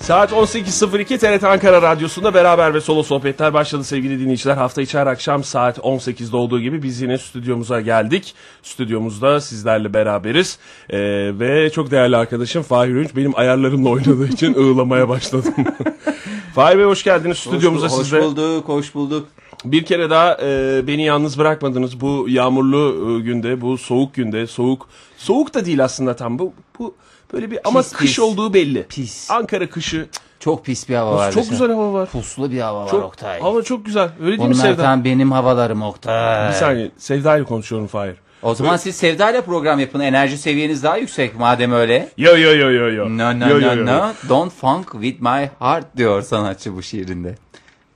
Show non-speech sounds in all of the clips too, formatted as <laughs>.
Saat 18.02 TRT Ankara Radyosu'nda beraber ve solo sohbetler başladı sevgili dinleyiciler. Hafta içi her akşam saat 18'de olduğu gibi biz yine stüdyomuza geldik. Stüdyomuzda sizlerle beraberiz. Ee, ve çok değerli arkadaşım Fahir Ünç benim ayarlarımla oynadığı <laughs> için ığlamaya başladım. <laughs> Fahir Bey hoş geldiniz stüdyomuza. hoş, siz de- Hoş bulduk, hoş bulduk. bir kere daha e, beni yalnız bırakmadınız bu yağmurlu e, günde, bu soğuk günde, soğuk soğuk da değil aslında tam bu bu böyle bir ama Pis, kış pis. olduğu belli. Pis. Ankara kışı Çok pis bir hava var. çok bizim. güzel hava var. Puslu bir hava var Çok, Oktay. hava çok güzel. Öyle değil mi Bunlar Sevda? tam benim havalarım Oktay. Bir saniye Sevda ile konuşuyorum Fahir. O zaman siz Sevda ile program yapın. Enerji seviyeniz daha yüksek madem öyle. Yo yo yo yo yo. No no Yo, no yo, yo. no. Don't funk with my heart diyor sanatçı bu şiirinde.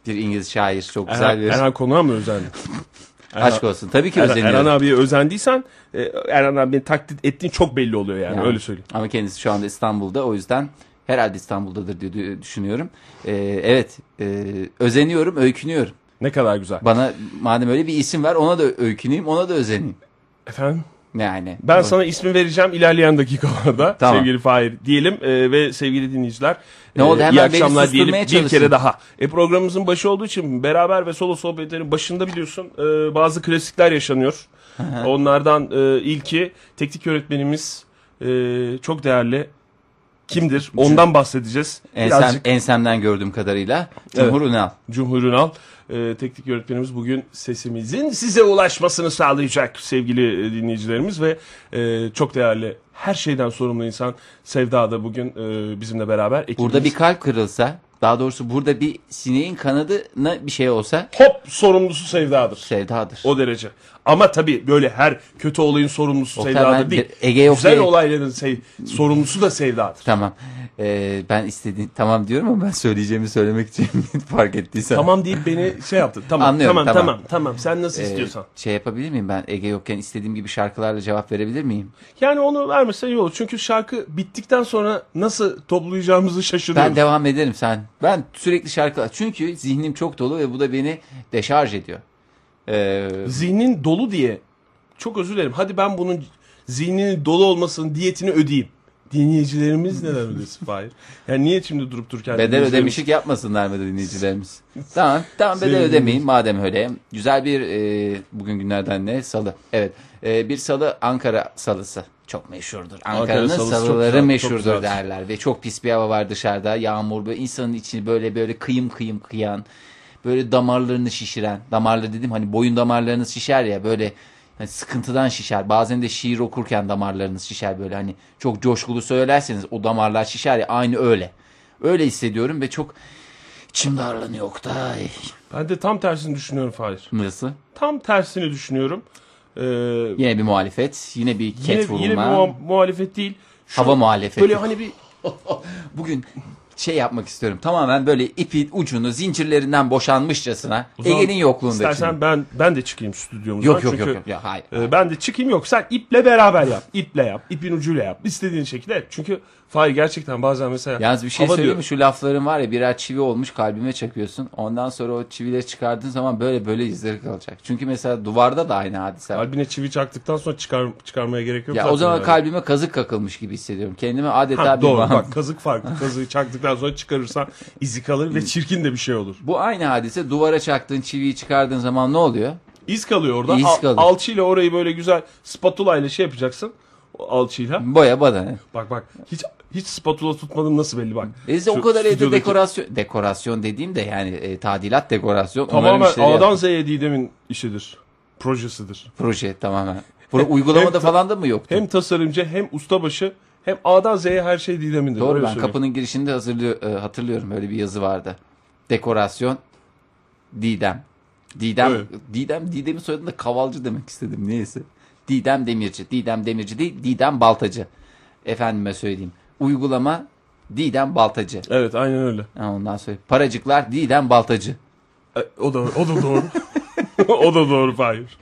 Bir İngiliz şair çok güzel Erhan, bir Erhan konuğa mı özendin? aşk olsun. Tabii ki Erhan, Erhan <laughs> özeniyorum. abiye özendiysen e, Erhan abinin taklit ettiğin çok belli oluyor yani, Yani. öyle söyleyeyim. Ama kendisi şu anda İstanbul'da o yüzden herhalde İstanbul'dadır diye düşünüyorum. Ee, evet e, özeniyorum, öykünüyorum. Ne kadar güzel. Bana madem öyle bir isim ver ona da öyküneyim ona da özeneyim. Efendim? Yani. Ben sana ismi vereceğim ilerleyen dakikalarda <laughs> Tamam. sevgili Fahir diyelim e, ve sevgili dinleyiciler. Ne oldu? e, iyi Hemen beni akşamlar susturmaya diyelim bir çalışın. kere daha. E, programımızın başı olduğu için beraber ve solo sohbetlerin başında biliyorsun e, bazı klasikler yaşanıyor. Onlardan e, ilki teknik öğretmenimiz e, çok değerli kimdir ondan bahsedeceğiz. Ensem, Birazcık ensemden gördüğüm kadarıyla Cumhur Ünal. Cumhur Ünal e, teknik öğretmenimiz bugün sesimizin size ulaşmasını sağlayacak sevgili e, dinleyicilerimiz ve e, çok değerli her şeyden sorumlu insan Sevda da bugün e, bizimle beraber. ekibimiz. Burada bir kalp kırılsa, daha doğrusu burada bir sineğin kanadına bir şey olsa hop sorumlusu Sevda'dır. sevdadır. O derece. Ama tabii böyle her kötü olayın sorumlusu Oktay, Sevda'dır ben değil. bir Ege yok Güzel diye- olayların sev- sorumlusu da Sevda'dır. Tamam. Ee, ben istediğin tamam diyorum ama ben söyleyeceğimi söylemek için <laughs> fark ettiysen. Tamam deyip beni şey yaptı. Tamam Anlıyorum, tamam, tamam tamam. tamam sen nasıl Ee, istiyorsan. şey yapabilir miyim ben Ege yokken istediğim gibi şarkılarla cevap verebilir miyim? Yani onu vermesen iyi olur. Çünkü şarkı bittikten sonra nasıl toplayacağımızı şaşırıyoruz. Ben devam ederim sen. Ben sürekli şarkılar. Çünkü zihnim çok dolu ve bu da beni deşarj ediyor. Ee, zihnin dolu diye çok özür dilerim. Hadi ben bunun zihninin dolu olmasının diyetini ödeyeyim. Dinleyicilerimiz neden ödesin Fahir? Yani niye şimdi durup dururken Bedel dinleyicilerimiz- ödemişlik yapmasınlar mı dinleyicilerimiz? tamam, tamam bedel Sevgili ödemeyin madem öyle. Güzel bir e, bugün günlerden ne? Salı. Evet. E, bir salı Ankara salısı. Çok meşhurdur. Ankara'nın salısı çok salıları güzel, çok meşhurdur güzel. derler. Ve çok pis bir hava var dışarıda. Yağmur böyle insanın içini böyle böyle kıyım kıyım kıyan. Böyle damarlarını şişiren. Damarlı dedim hani boyun damarlarınız şişer ya böyle hani sıkıntıdan şişer. Bazen de şiir okurken damarlarınız şişer böyle hani çok coşkulu söylerseniz o damarlar şişer ya aynı öyle. Öyle hissediyorum ve çok içim darlanıyor Oktay. Ben de tam tersini düşünüyorum Fahir. Nasıl? Tam tersini düşünüyorum. Ee, yine, Yine bir muhalefet, yine bir ket yine vurulma. bir muha- muhalefet değil. Şu hava muhalefeti. Böyle hani bir Bugün şey yapmak istiyorum. Tamamen böyle ipi ucunu zincirlerinden boşanmışçasına O zaman Ege'nin yokluğunda. istersen şimdi. ben ben de çıkayım stüdyomuzdan. Yok yok çünkü, yok yok. Ya, hayır. e, ben de çıkayım yok. Sen iple beraber yap. İple yap. İpin ucuyla yap. İstediğin şekilde yap. Çünkü Fahir gerçekten bazen mesela Yalnız bir şey hava söyleyeyim diyor. mi? Şu lafların var ya birer çivi olmuş kalbime çakıyorsun. Ondan sonra o çivileri çıkardığın zaman böyle böyle izleri kalacak. Çünkü mesela duvarda da aynı hadise var. Kalbine çivi çaktıktan sonra çıkar, çıkarmaya gerek yok. Ya zaten o zaman yani. kalbime kazık kakılmış gibi hissediyorum. Kendimi adeta Ha, bir doğru bağım- bak kazık farklı. Kazığı çaktıktan sonra çıkarırsan izi kalır ve çirkin de bir şey olur. Bu aynı hadise duvara çaktığın çiviyi çıkardığın zaman ne oluyor? İz kalıyor orada. İz Al- kalır. Alçıyla orayı böyle güzel spatula ile şey yapacaksın. O Alçıyla. Boya badana. Bak bak hiç hiç spatula tutmadım nasıl belli bak. E işte o Şu kadar evde stüdyodaki- dekorasyon dekorasyon dediğim de yani e, tadilat dekorasyon onların Tamamen işleri şey yap- A'dan Z'ye Didem'in işidir. Projesidir. proje tamamen. Pro, uygulamada falan da mı yoktu? Hem tasarımcı hem ustabaşı hem A'dan Z'ye her şey Didem'indir. Doğru öyle ben söyleyeyim. kapının girişinde hazırlıyor, e, hatırlıyorum öyle bir yazı vardı. Dekorasyon Didem. Didem Evet. Didem Didem'in soyadını da kavalcı demek istedim neyse. Didem Demirci. Didem Demirci değil Didem Baltacı. Efendime söyleyeyim. Uygulama Didem Baltacı. Evet aynen öyle. Ha, ondan sonra paracıklar Didem Baltacı. E, o da o da doğru. <laughs> o da doğru hayır.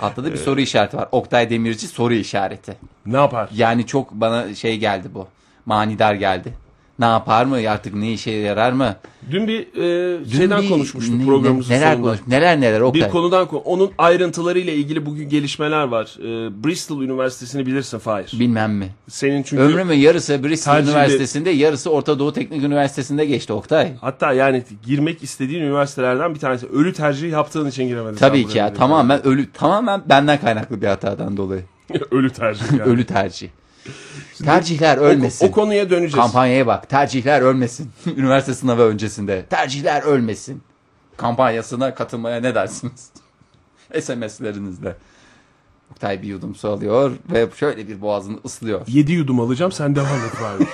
Altta da bir soru işareti var. Oktay Demirci soru işareti. Ne yapar? Yani çok bana şey geldi bu. Manidar geldi. Ne yapar mı artık ne işe yarar mı? Dün bir e, Dün şeyden bir- konuşmuştuk ne- programımızın neler sonunda. konuş- neler neler Bir Oktay. konudan ko- onun ayrıntılarıyla ilgili bugün gelişmeler var. E, Bristol Üniversitesi'ni bilirsin Fahir. Bilmem mi? Senin çünkü Ömrümün yarısı Bristol Tercihli- Üniversitesi'nde yarısı Orta Doğu Teknik Üniversitesi'nde geçti Oktay. hatta yani girmek istediğin üniversitelerden bir tanesi. Ölü tercihi yaptığın için giremedin. sen Tabii ki buraya ya dedi. tamamen ölü tamamen benden kaynaklı bir hatadan dolayı. <laughs> Ölü tercih yani. Ölü tercih. Tercihler ölmesin. O konuya döneceğiz. Kampanyaya bak. Tercihler ölmesin. <laughs> Üniversite sınavı öncesinde. Tercihler ölmesin. Kampanyasına katılmaya <laughs> ne dersiniz? SMS'lerinizle. Oktay bir yudum su alıyor ve şöyle bir boğazını ıslıyor. 7 yudum alacağım sen devam et <laughs> abi.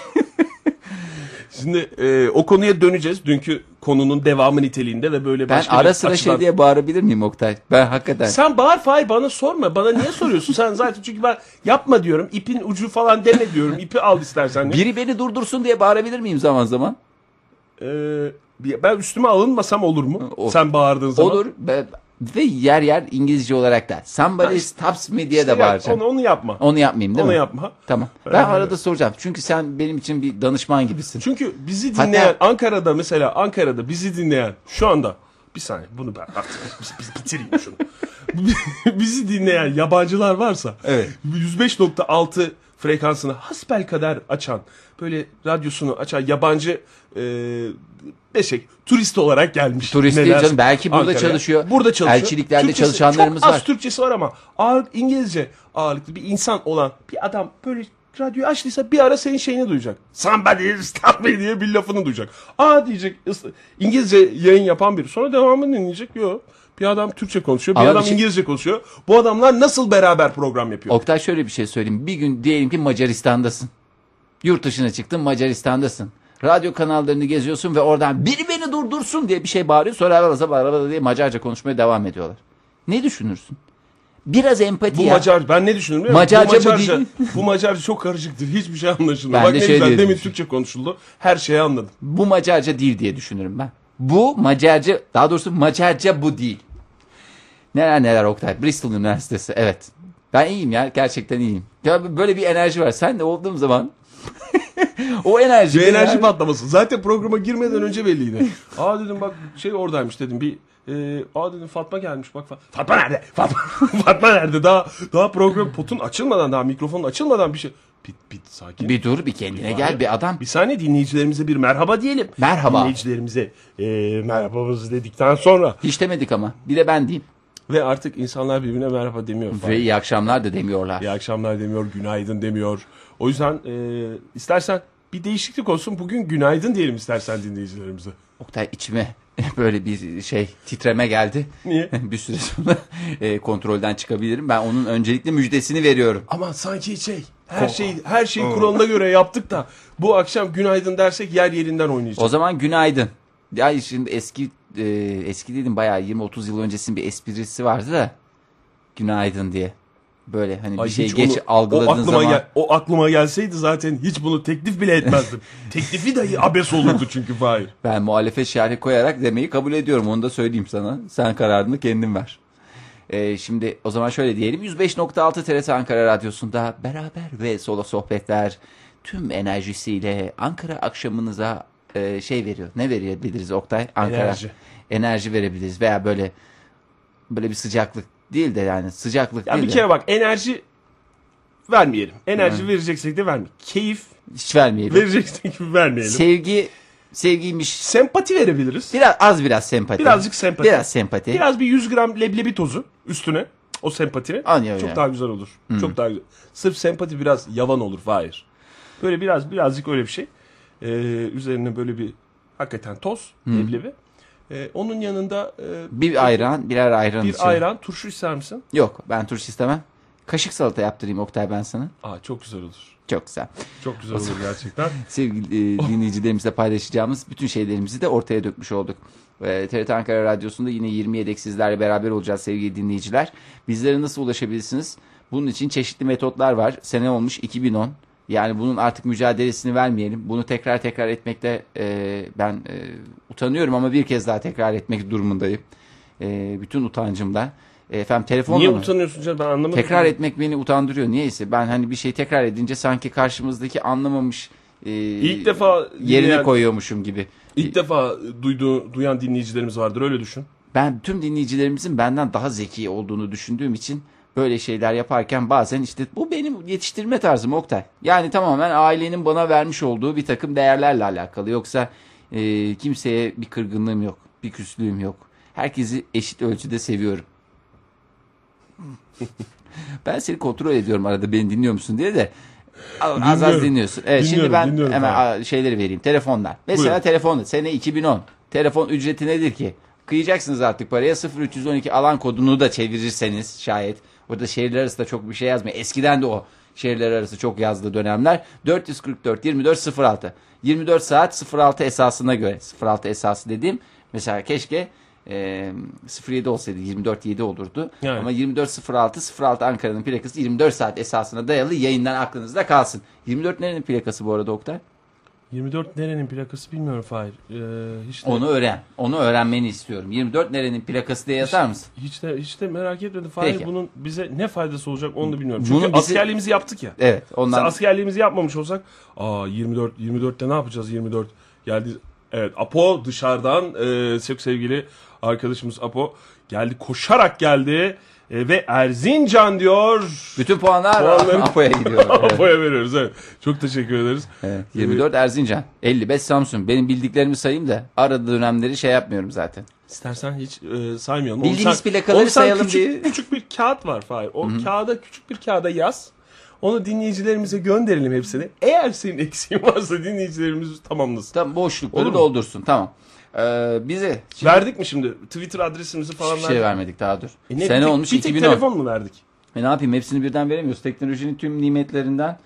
Şimdi e, o konuya döneceğiz. Dünkü konunun devamı niteliğinde ve böyle Ben başka bir ara sıra açıdan- şey diye bağırabilir miyim Oktay? Ben hakikaten. Sen bağır Fahir bana sorma. Bana niye soruyorsun? Sen zaten çünkü ben yapma diyorum. İpin ucu falan deme diyorum. İpi al istersen. diye. Biri beni durdursun diye bağırabilir miyim zaman zaman? Ee, bir- ben üstüme alınmasam olur mu? Olur. Sen bağırdığın zaman. Olur. Ve ve yer yer İngilizce olarak da. Somebody stops me diye de Ya, bağıracağım. Şey Onu, onu yapma. Onu yapmayayım değil onu mi? yapma. Tamam. Ben arada soracağım. Çünkü sen benim için bir danışman gibisin. Çünkü bizi Hatta- dinleyen Ankara'da mesela Ankara'da bizi dinleyen şu anda bir saniye bunu ben artık biz- biz bitireyim şunu. <laughs> bizi dinleyen yabancılar varsa Evet. 105.6 frekansını hasbel kadar açan böyle radyosunu açan yabancı e, beşek turist olarak gelmiş. Turist Ne değil dersin? canım, belki burada çalışıyor. Burada çalışıyor. Elçiliklerde Türkçesi- çalışanlarımız çok az var. Türkçesi var ama ağır İngilizce ağırlıklı bir insan olan bir adam böyle radyoyu açtıysa bir ara senin şeyini duyacak. Somebody stop me diye bir lafını duyacak. Aa diyecek ıs- İngilizce yayın yapan biri. Sonra devamını dinleyecek. Yok. Bir adam Türkçe konuşuyor, bir Ama bir adam şey- İngilizce konuşuyor. Bu adamlar nasıl beraber program yapıyor? Oktay şöyle bir şey söyleyeyim. Bir gün diyelim ki Macaristan'dasın. Yurt dışına çıktın Macaristan'dasın. Radyo kanallarını geziyorsun ve oradan biri beni durdursun diye bir şey bağırıyor. Sonra arada arabada diye Macarca konuşmaya devam ediyorlar. Ne düşünürsün? Biraz empati Bu ya. Macar ben ne düşünüyorum biliyor musun? Macarca bu bu Macarca, değil. bu Macarca çok karışıktır. Hiçbir şey anlaşılmıyor. Ben Bak de ne şey güzel diye demin düşündüm. Türkçe konuşuldu. Her şeyi anladım. Bu Macarca değil diye düşünürüm ben. Bu Macarca, daha doğrusu Macarca bu değil. Neler neler Oktay. Bristol Üniversitesi evet. Ben iyiyim ya gerçekten iyiyim. Ya böyle bir enerji var. Sen de olduğum zaman <laughs> o enerji. Bir beni enerji abi- patlaması. Zaten programa girmeden önce belliydi. Aa dedim bak şey oradaymış dedim bir e, aa dedim Fatma gelmiş bak. Fa- Fatma nerede? <laughs> Fatma, Fatma nerede? Daha daha program potun açılmadan daha mikrofonun açılmadan bir şey. Bit bit sakin. Bir dur bir kendine gel bir adam. Bir saniye dinleyicilerimize bir merhaba diyelim. Merhaba. Dinleyicilerimize e, merhabamızı dedikten sonra Hiç demedik ama. Bir de ben diyeyim. ve artık insanlar birbirine merhaba demiyor. falan. Ve iyi akşamlar da demiyorlar. İyi akşamlar demiyor, günaydın demiyor. O yüzden e, istersen bir değişiklik olsun. Bugün günaydın diyelim istersen dinleyicilerimize. Oktay içime <laughs> böyle bir şey titreme geldi. Niye? <laughs> bir süre sonra e, kontrolden çıkabilirim. Ben onun öncelikle müjdesini veriyorum. Ama sanki şey her şeyi her şeyi kuralına göre yaptık da bu akşam günaydın dersek yer yerinden oynayacak. O zaman günaydın. Ya şimdi eski e, eski dedim bayağı 20-30 yıl öncesinin bir esprisi vardı da günaydın diye. Böyle hani Ay bir şey hiç geç onu- o algıladığın aklıma zaman. gel- o aklıma gelseydi zaten hiç bunu teklif bile <laughs> etmezdim. Teklifi dahi abes olurdu çünkü Fahir. Ben muhalefet şerhi koyarak demeyi kabul ediyorum. Onu da söyleyeyim sana. Sen kararını kendin ver. Ee, şimdi o zaman şöyle diyelim. 105.6 TRT Ankara Radyosu'nda beraber ve solo sohbetler tüm enerjisiyle Ankara akşamınıza e, şey veriyor. Ne verebiliriz Oktay? Ankara. Enerji. Enerji verebiliriz veya böyle böyle bir sıcaklık değil de yani sıcaklık Ya değil bir de kere bak enerji vermeyelim. Enerji vereceksek de vermeyelim. Keyif hiç vermeyelim. vereceksek vermeyelim. Sevgi sevgiymiş. Sempati verebiliriz. Biraz az biraz sempati. Birazcık sempati. Biraz sempati. E, Biraz bir 100 gram leblebi tozu üstüne. O sempatini. Anlıyorum Çok yani. daha güzel olur. Çok daha güzel. Sırf sempati biraz yavan olur. Hayır. Böyle biraz birazcık öyle bir şey. Ee, üzerine böyle bir hakikaten toz, leblebi. Ee, onun yanında e, Bir ayran, birer ayran bir için. ayran, turşu ister misin? Yok ben turşu istemem. Kaşık salata yaptırayım Oktay ben sana. Aa çok güzel olur. Çok güzel. Çok güzel olur gerçekten. Sevgili e, dinleyicilerimizle paylaşacağımız bütün şeylerimizi de ortaya dökmüş olduk. E, TRT Ankara Radyosu'nda yine 27 sizlerle beraber olacağız sevgili dinleyiciler. Bizlere nasıl ulaşabilirsiniz? Bunun için çeşitli metotlar var. Sene olmuş 2010. Yani bunun artık mücadelesini vermeyelim. Bunu tekrar tekrar etmekte e, ben e, utanıyorum ama bir kez daha tekrar etmek durumundayım. E, bütün utancımda. E, efendim telefonla Niye mı? utanıyorsun canım ben anlamadım. Tekrar etmek beni utandırıyor. Niyeyse ben hani bir şey tekrar edince sanki karşımızdaki anlamamış e, İlk defa yerine dinleyen- koyuyormuşum gibi. İlk defa duydu, duyan dinleyicilerimiz vardır öyle düşün. Ben tüm dinleyicilerimizin benden daha zeki olduğunu düşündüğüm için böyle şeyler yaparken bazen işte bu benim yetiştirme tarzım Oktay. Yani tamamen ailenin bana vermiş olduğu bir takım değerlerle alakalı. Yoksa e, kimseye bir kırgınlığım yok, bir küslüğüm yok. Herkesi eşit ölçüde seviyorum. <laughs> ben seni kontrol ediyorum arada beni dinliyor musun diye de az az Dinliyorum. dinliyorsun. Evet, şimdi Dinliyorum, ben dinliyorum hemen abi. Aa, şeyleri vereyim. Telefonlar. Mesela Buyurun. telefon. Sene 2010. Telefon ücreti nedir ki? Kıyacaksınız artık paraya 0312 alan kodunu da çevirirseniz şayet. Orada şehirler arası da çok bir şey yazmıyor. Eskiden de o şehirler arası çok yazdığı dönemler. 444 24 06. 24 saat 06 esasına göre. 06 esası dediğim mesela keşke e, 07 olsaydı 24 7 olurdu. Yani. Ama 24.06 06 Ankara'nın plakası 24 saat esasına dayalı yayından aklınızda kalsın. 24 nerenin plakası bu arada Oktay? 24 nerenin plakası bilmiyorum Fahir. Ee, hiç de, Onu öğren. Onu öğrenmeni istiyorum. 24 nerenin plakası diye yazar mısın? hiç de, hiç de merak etmedim Fahir. Peki. Bunun bize ne faydası olacak onu da bilmiyorum. Çünkü Bunu bizi- askerliğimizi yaptık ya. Evet. Mesela Ondan askerliğimizi yapmamış olsak aa 24 24'te ne yapacağız 24 geldi evet Apo dışarıdan e, çok sevgili arkadaşımız Apo geldi koşarak geldi e, ve Erzincan diyor <laughs> bütün puanlar Puanları- <laughs> Apo'ya gidiyor. <laughs> Evet. Apo'ya veriyoruz evet. çok teşekkür ederiz Evet. 24 Erzincan, 55 Samsun. Benim bildiklerimi sayayım da arada dönemleri şey yapmıyorum zaten. İstersen hiç e, saymayalım. Bildiğimiz Onu sen- plakaları onu sen sayalım küçük, diye. Küçük bir kağıt var Fahir. O kağıda küçük bir kağıda yaz. Onu dinleyicilerimize gönderelim hepsini. Eğer senin eksiğin varsa dinleyicilerimiz tamamlasın. Tam boşlukları Olur mu? doldursun. Tamam. Ee, bize şimdi Verdik mi şimdi? Twitter adresimizi falan hiçbir şey verdik. vermedik daha dur. E ne, Sene bir tek- olmuş bir tek 2010. telefon mu verdik? E ne yapayım hepsini birden veremiyoruz. Teknolojinin tüm nimetlerinden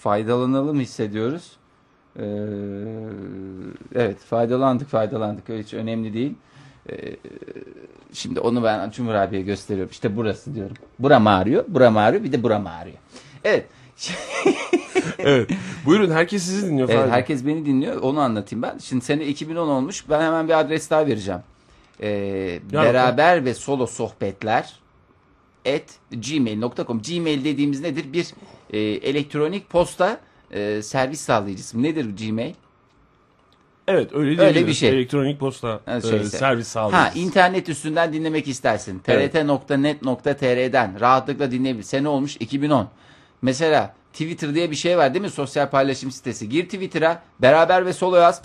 faydalanalım hissediyoruz. Ee, evet faydalandık faydalandık. Hiç önemli değil. Ee, şimdi onu ben Cumhur abiye gösteriyorum. İşte burası diyorum. Buram ağrıyor, buram ağrıyor bir de buram ağrıyor. Evet. evet. Buyurun herkes sizi dinliyor Evet, Fahir. Ee, herkes beni dinliyor. Onu anlatayım ben. Şimdi sene 2010 olmuş. Ben hemen bir adres daha vereceğim. Ee, beraber ve solo sohbetler at gmail.com Gmail dediğimiz nedir? Bir e, elektronik posta e, servis sağlayıcısı. Nedir Gmail? Evet öyle, diyebiliriz. bir şey. Elektronik posta Ha, e, şeyse. servis sağlıyoruz. Ha internet üstünden dinlemek istersin. Evet. trt.net.tr'den rahatlıkla dinleyebilirsin. Sene olmuş 2010. Mesela Twitter diye bir şey var değil mi? Sosyal paylaşım sitesi. Gir Twitter'a beraber ve solo yaz.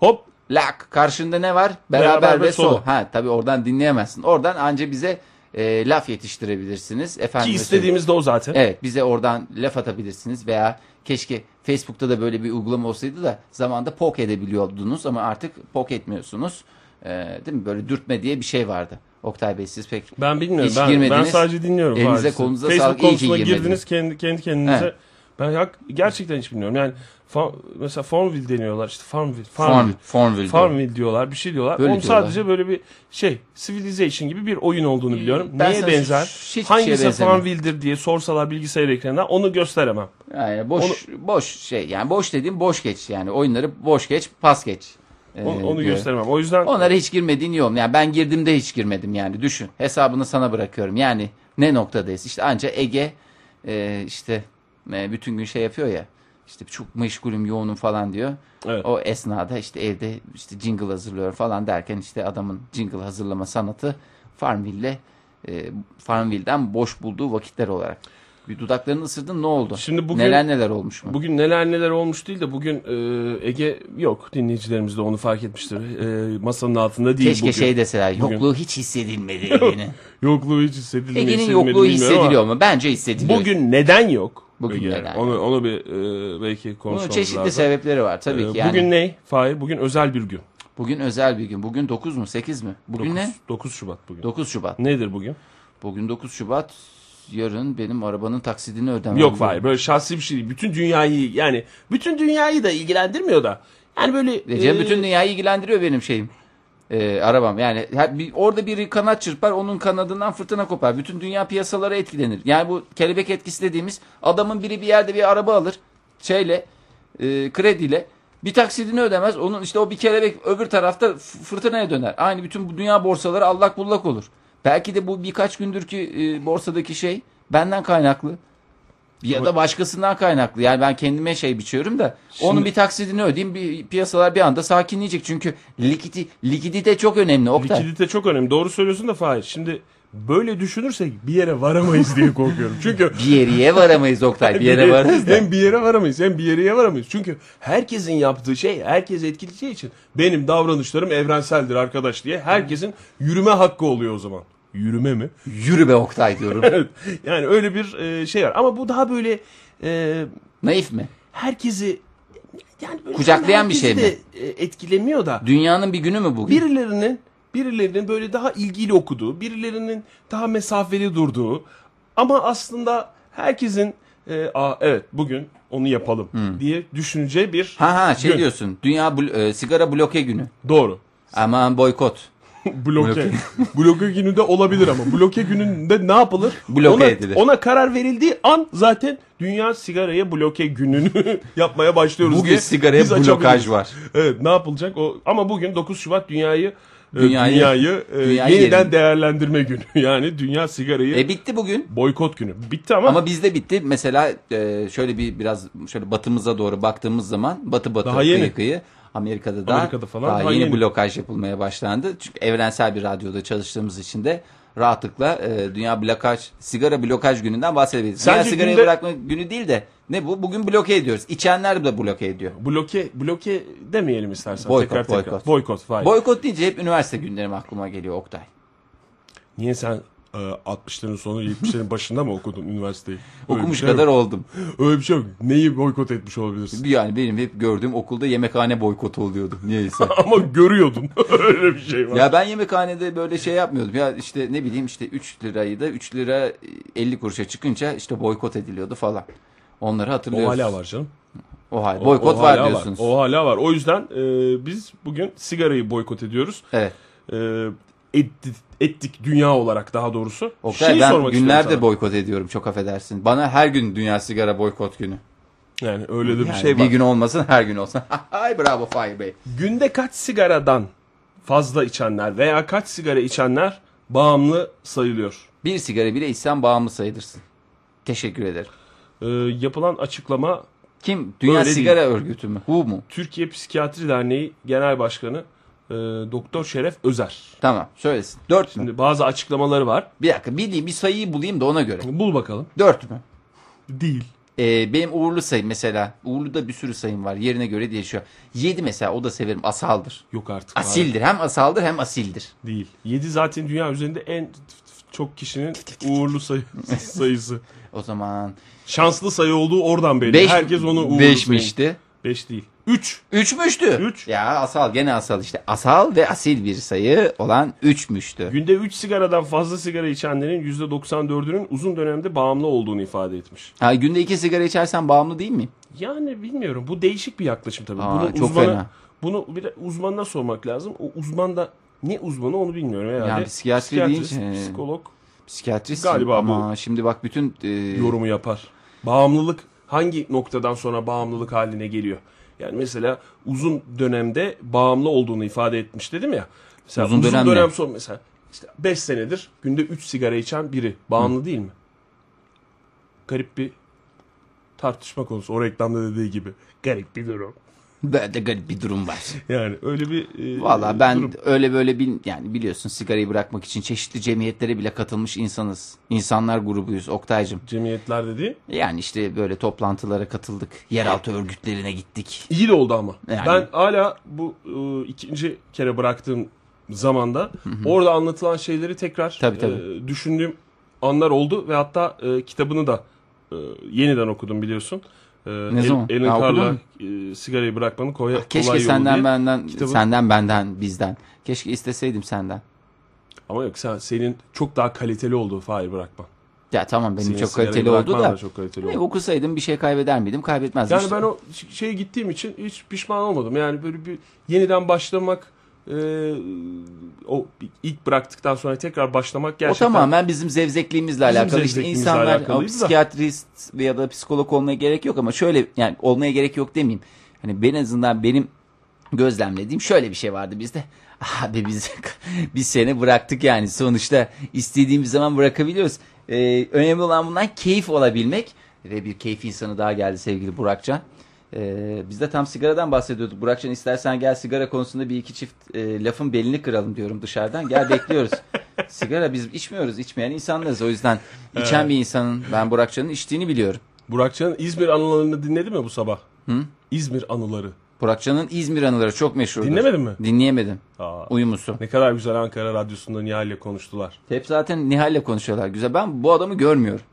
Hop Lak karşında ne var? Beraber, Beraber ve ve solo. solo. Ha tabii oradan dinleyemezsin. Oradan anca bize e, laf yetiştirebilirsiniz. Efendim ki istediğimiz de o zaten. Evet bize oradan laf atabilirsiniz veya keşke Facebook'ta da böyle bir uygulama olsaydı da zamanda pok edebiliyordunuz ama artık pok etmiyorsunuz. E, değil mi? Böyle dürtme diye bir şey vardı. Oktay Bey siz pek Ben bilmiyorum. Hiç ben, ben girmediniz. sadece dinliyorum. Elinize, Paris'i. kolunuza Facebook sağlık. İyi ki konusuna girmediniz. girdiniz kendi, kendi kendinize. Evet. Ben hak- gerçekten hiç bilmiyorum. Yani fa- mesela Farmville deniyorlar işte Farmville. form, Farmville. formül. Farmville diyorlar bir şey diyorlar. Böyle Onun diyorlar. sadece böyle bir şey Civilization gibi bir oyun olduğunu biliyorum. Ben Neye sana benzer? hiç- hiçbir şeye Hangisi benzemiyor. Farmville'dir diye sorsalar bilgisayar ekranına onu gösteremem. Yani boş boş şey yani boş dediğim boş geç yani oyunları boş geç pas geç. E, Onu, onu diyorum. gösteremem. O yüzden Onlara hiç girmediğin iyi olmuyor. Yani ben girdim de hiç girmedim yani düşün. Hesabını sana bırakıyorum. Yani ne noktadayız? İşte anca Ege e, işte e, bütün gün şey yapıyor ya. İşte çok meşgulüm yoğunum falan diyor. Evet. O esnada işte evde işte jingle hazırlıyor falan derken işte adamın jingle hazırlama sanatı Farmville'le e, Farmville'den boş bulduğu vakitler olarak. Bir dudaklarını ısırdın ne oldu? Şimdi bugün- neler neler olmuş mu? Bugün neler neler olmuş değil de bugün e, Ege yok dinleyicilerimiz de onu fark etmiştir. E, masanın altında değil Keşke bugün. şey deseler Bugün. yokluğu <laughs> hiç hissedilmedi Ege'nin. Yokluğu hiç hissedilmiyor. Ege'nin hissedilmedi yokluğu bilmiyorum ama- hissediliyor mu? Bence hissediliyor. Bugün neden yok? Bugün Peki, neden Onu, onu bir e, belki Bunun konuşmamız çeşitli lazım. sebepleri var tabii E, ki yani. Bugün Bugün, ne? Fahir bugün özel bir gün. özel bir gün. Bugün 9 mu 8 mi? Bugün 9, ne? 9 Şubat bugün. 9 Şubat. Nedir bugün? Bugün 9 Şubat. Yarın benim arabanın taksidini ödemem. Yok Fahir böyle şahsi bir şey değil. Bütün dünyayı yani bütün dünyayı da ilgilendirmiyor da. Yani böyle... Recep e, bütün dünyayı ilgilendiriyor benim şeyim. Ee, arabam yani her, bir, orada biri kanat çırpar onun kanadından fırtına kopar. Bütün dünya piyasaları etkilenir. Yani bu kelebek etkisi dediğimiz adamın biri bir yerde bir araba alır şeyle e, krediyle bir taksidini ödemez. Onun işte o bir kelebek öbür tarafta f- fırtınaya döner. Aynı bütün bu dünya borsaları allak bullak olur. Belki de bu birkaç gündür ki e, borsadaki şey benden kaynaklı. Ya da başkasından kaynaklı. Yani ben kendime şey biçiyorum da onun bir taksidini ödeyeyim bir piyasalar bir anda sakinleyecek. Çünkü likidi, likidite çok önemli Oktay. Likidite çok önemli. Doğru söylüyorsun da Fahir. Şimdi böyle düşünürsek bir yere varamayız diye korkuyorum. Çünkü Bir yere varamayız Oktay. <laughs> Bir yere varırız da. Hem bir yere varamayız hem bir yere varamayız. Çünkü herkesin yaptığı şey herkes etkileyeceği için benim davranışlarım evrenseldir arkadaş diye herkesin yürüme hakkı oluyor o zaman. Yürüme mi? <laughs> Yürü be Oktay diyorum. Evet. Yani öyle bir e, şey var. Ama bu daha böyle e, Naif mi? herkesi yani böyle Kucaklayan bir herkesi şey mi? de, e, etkilemiyor da Dünyanın bir günü mü bugün? birilerinin birilerinin böyle daha ilgili okuduğu, birilerinin daha mesafeli durduğu ama aslında herkesin e, Aa, evet bugün onu yapalım diye düşüneceği bir Ha ha şey Gün. diyorsun. Dünya blo- e, sigara bloke günü. doğru. Aman boykot. Bloke. <laughs> bloke günü de olabilir ama bloke gününde ne yapılır? Bloke ona, edilir. Ona karar verildiği an zaten dünya sigaraya bloke gününü <laughs> yapmaya başlıyoruz Bugün diye. sigaraya biz açabiliriz. blokaj var. Evet ne yapılacak o ama bugün 9 Şubat dünyayı e, Dünyayı- dünyayı, e, dünyayı yeniden yerin- değerlendirme günü. <laughs> Yani dünya sigarayı E bitti bugün. boykot günü. Bitti ama, Ama bizde bitti. Mesela e, şöyle bir biraz şöyle batımıza doğru baktığımız zaman batı batı Daha kıyı yeni. kıyı Amerika'da da Amerika'da falan daha, daha yeni, yeni. blokaj yapılmaya başlandı. Çünkü evrensel bir radyoda çalıştığımız için de rahatlıkla e, dünya blokaj sigara blokaj gününden bahsedebiliriz. Dünya Sence sigarayı günde- bırakma günü değil de ne bu? Bugün bloke ediyoruz. İçenler de bloke ediyor. bloke bloke demeyelim istersen Boykot, tekrar tekrar. boykot. Boykot. vay. Boykot deyince hep üniversite günlerim aklıma geliyor Oktay. Niye sen e, 60'ların sonu 70'lerin başında mı okudun üniversiteyi? Öyle bir Okumuş şey kadar yok. oldum. Öyle bir şey yok. Neyi boykot etmiş olabilirsin? <laughs> Yani benim hep gördüğüm okulda yemekhane boykotu oluyordu. Niyeyse. ama görüyordun. <laughs> Öyle bir şey var. Ya ben yemekhanede böyle şey yapmıyordum. Ya işte ne bileyim işte 3 lirayı da 3 lira e, 50 kuruşa çıkınca işte boykot ediliyordu falan. Onları o hatırlıyorsunuz. hala var canım. O hal- Boykot O var hala diyorsunuz. O hala var. O yüzden e, biz bugün sigarayı boykot ediyoruz. Evet. E, etti- ettik dünya olarak daha doğrusu. Oktay Şeyi ben sormak günlerdir istiyorum boykot ediyorum çok affedersin. Bana her gün Dünya Sigara Boykot Günü. sana. Yani öyle de bir Yani şey bir var. gün olmasın her gün olsun. <laughs> Ay bravo Fahir Bey. Günde kaç sigaradan fazla içenler veya kaç sigara içenler bağımlı sayılıyor? Bir sigara bile içsen bağımlı sayılırsın. Teşekkür ederim. E, yapılan açıklama Kim? Dünya Öyle değil. Sigara Örgütü mü? Hu mu? Türkiye Psikiyatri Derneği Genel Başkanı e, Doktor Şeref Özer. Tamam söylesin. Dört mü? Şimdi bazı açıklamaları var. Bir dakika bileyim bir sayıyı bulayım da ona göre. Bul bakalım. Dört mü? Değil. Ee, benim uğurlu sayım mesela. Uğurlu'da bir sürü sayım var. Yerine göre değişiyor. 7 mesela o da severim. Asaldır. Yok artık. abi. Asildir. Hem asaldır hem asildir. Değil. 7 zaten dünya üzerinde en çok kişinin uğurlu sayı, <laughs> sayısı. O zaman Şanslı sayı olduğu oradan belli. beş- Herkes onu uğurlu sayıyor. beşmişti. 5 değil. 3. 3'müştü. Üç. Ya asal gene asal işte. Asal ve asil bir sayı olan 3'müştü. Günde 3 sigaradan fazla sigara içenlerin %94'ünün uzun dönemde bağımlı olduğunu ifade etmiş. Ha, günde 2 sigara içersen bağımlı değil miyim? Yani bilmiyorum. Bu değişik bir yaklaşım tabii. Aa, Bunun çok uzmanı- fena. Bunu bir de uzmanına sormak lazım. O uzman da ne uzmanı onu bilmiyorum herhalde. Yani psikiyatri Psikiyatrist, deyince- psikolog Psikiyatrist Galiba ama şimdi bak bütün e, yorumu yapar. Bağımlılık hangi noktadan sonra bağımlılık haline geliyor? Yani mesela uzun dönemde bağımlı olduğunu ifade etmiş dedim ya. Mesela Uzun uzun, dönem dönem, ne? sonra mesela işte 5 senedir günde 3 sigara içen biri bağımlı değil mi? Garip bir tartışma konusu. O reklamda dediği gibi. Garip bir durum. böyle garip bir durum var. Yani öyle bir e, Valla ben durum. öyle böyle bil, yani biliyorsun sigarayı bırakmak için çeşitli cemiyetlere bile katılmış insanız. İnsanlar grubuyuz Oktay'cım. cemiyetler dediği Yani işte böyle toplantılara katıldık. Yeraltı örgütlerine gittik. İyi de oldu ama. Yani. Ben hala bu e, ikinci kere bıraktığım zamanda orada anlatılan şeyleri tekrar Tabii, tabii. e, düşündüğüm anlar oldu ve hatta e, kitabını da e, yeniden okudum biliyorsun. E, El- zaman? Alan Ha, okudun Ah, Carr'la e, sigarayı bırakmanın kolay, Keşke kolay yolu senden diye. benden kitabı- senden benden bizden. Keşke isteseydim senden. Ama yok sen, senin çok daha kaliteli olduğu fail bırakma. Ya tamam benim Senin çok sigarayı kaliteli oldu bırakman da. da çok kaliteli Ne, oldu. okusaydım bir şey kaybeder miydim? Kaybetmezdim. Yani İşte ben o ş- şeye gittiğim için hiç pişman olmadım. Yani böyle bir yeniden başlamak e, o ilk bıraktıktan sonra tekrar başlamak O gerçekten tamamen bizim zevzekliğimizle Bizim alakalı. İşte zevzekliğimizle insanlar alakalıydı da. psikiyatrist ya da psikolog olmaya gerek yok ama şöyle yani olmaya gerek yok demeyeyim. Hani en azından benim gözlemlediğim şöyle bir şey vardı bizde. <laughs> Abi biz <laughs> bir sene bıraktık yani sonuçta istediğimiz zaman bırakabiliyoruz. Ee, önemli olan bundan keyif olabilmek. Ve bir keyif insanı daha geldi sevgili Burakcan. Ee, biz de tam sigaradan bahsediyorduk. Burakcan istersen gel sigara konusunda bir iki çift e, lafın belini kıralım diyorum dışarıdan. <laughs> Gel bekliyoruz. sigara biz içmiyoruz. içmeyen insanlarız. O yüzden içen bir insanın ben Burakcan'ın içtiğini biliyorum. Burakcan'ın İzmir anılarını dinledi mi bu sabah? İzmir anıları. Burakcan'ın İzmir anıları çok meşhurdur. Dinlemedin mi? Dinleyemedim. Aa. Uyumusu. Ne kadar güzel Ankara Radyosu'nda Nihal'le konuştular. Hep zaten Nihal'le konuşuyorlar. Güzel. Ben bu adamı görmüyorum.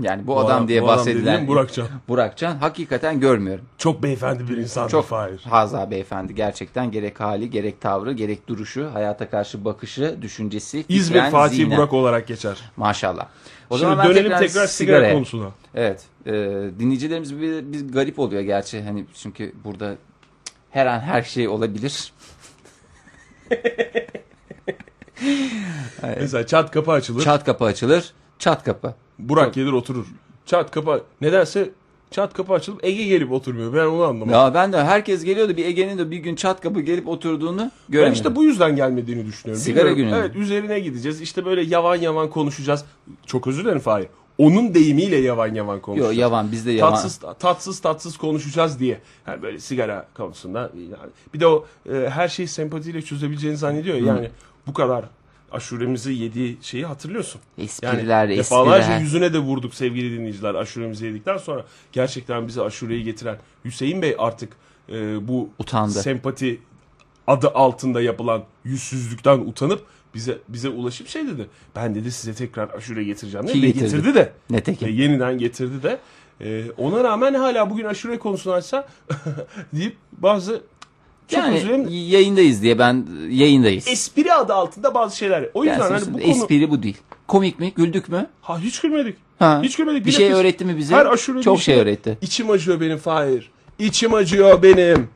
Yani bu, adam diye bu bahsedilen dediğim Burakcan. Burakcan hakikaten görmüyorum. Çok beyefendi bir insan. Çok Fahir. haza beyefendi gerçekten gerek hali, gerek tavrı, gerek duruşu, hayata karşı bakışı, düşüncesi, İzmir fikren, Fatih zihnen. Burak olarak geçer. Maşallah. O Şimdi ben dönelim tekrar, sigara sigaraya. konusuna. Evet. E, dinleyicilerimiz bir, bir garip oluyor gerçi. Hani çünkü burada her an her şey olabilir. Mesela çat kapı açılır. Çat kapı açılır. Çat kapı. Burak gelir oturur. Çat kapı nedense çat kapı açılıp Ege gelip oturmuyor. Ben onu anlamadım. Ya ben de herkes geliyordu bir Ege'nin de bir gün çat kapı gelip oturduğunu Ben göremedim. işte bu yüzden gelmediğini düşünüyorum. Sigara günü. Evet üzerine gideceğiz. İşte böyle yavan yavan konuşacağız. Çok özür dilerim Fahir. Onun deyimiyle yavan yavan Yo, konuşacağız. yavan bizde yavan. tatsız tatsız tatsız konuşacağız diye. Yani böyle sigara konusunda yani bir de o e, her şeyi sempatiyle çözebileceğini zannediyor ya. yani bu kadar aşuremizi yediği şeyi hatırlıyorsun. Yani Espriler, defalarca espriler. yüzüne de vurduk sevgili dinleyiciler aşuremizi yedikten sonra gerçekten bize aşureyi getiren Hüseyin Bey artık e, bu Utandı. sempati adı altında yapılan yüzsüzlükten utanıp bize bize ulaşıp şey dedi. Ben dedi size tekrar aşure getireceğim dedi. Ki Ve getirdi. getirdi de. Ne tekin. E, yeniden getirdi de. E, ona rağmen hala bugün aşure konusunu açsa <laughs> deyip bazı çok yani özür dilerim. yayındayız diye ben yayındayız. Espri adı altında bazı şeyler. O yüzden Yani hani sonuçta bu konu espri bu değil. Komik mi? Güldük mü? ha hiç gülmedik. Ha. Hiç gülmedik. Bir Bilakis şey öğretti mi bize? Her aşure Çok bir şey- şey öğretti. İçim acıyor benim Fahir. İçim acıyor benim.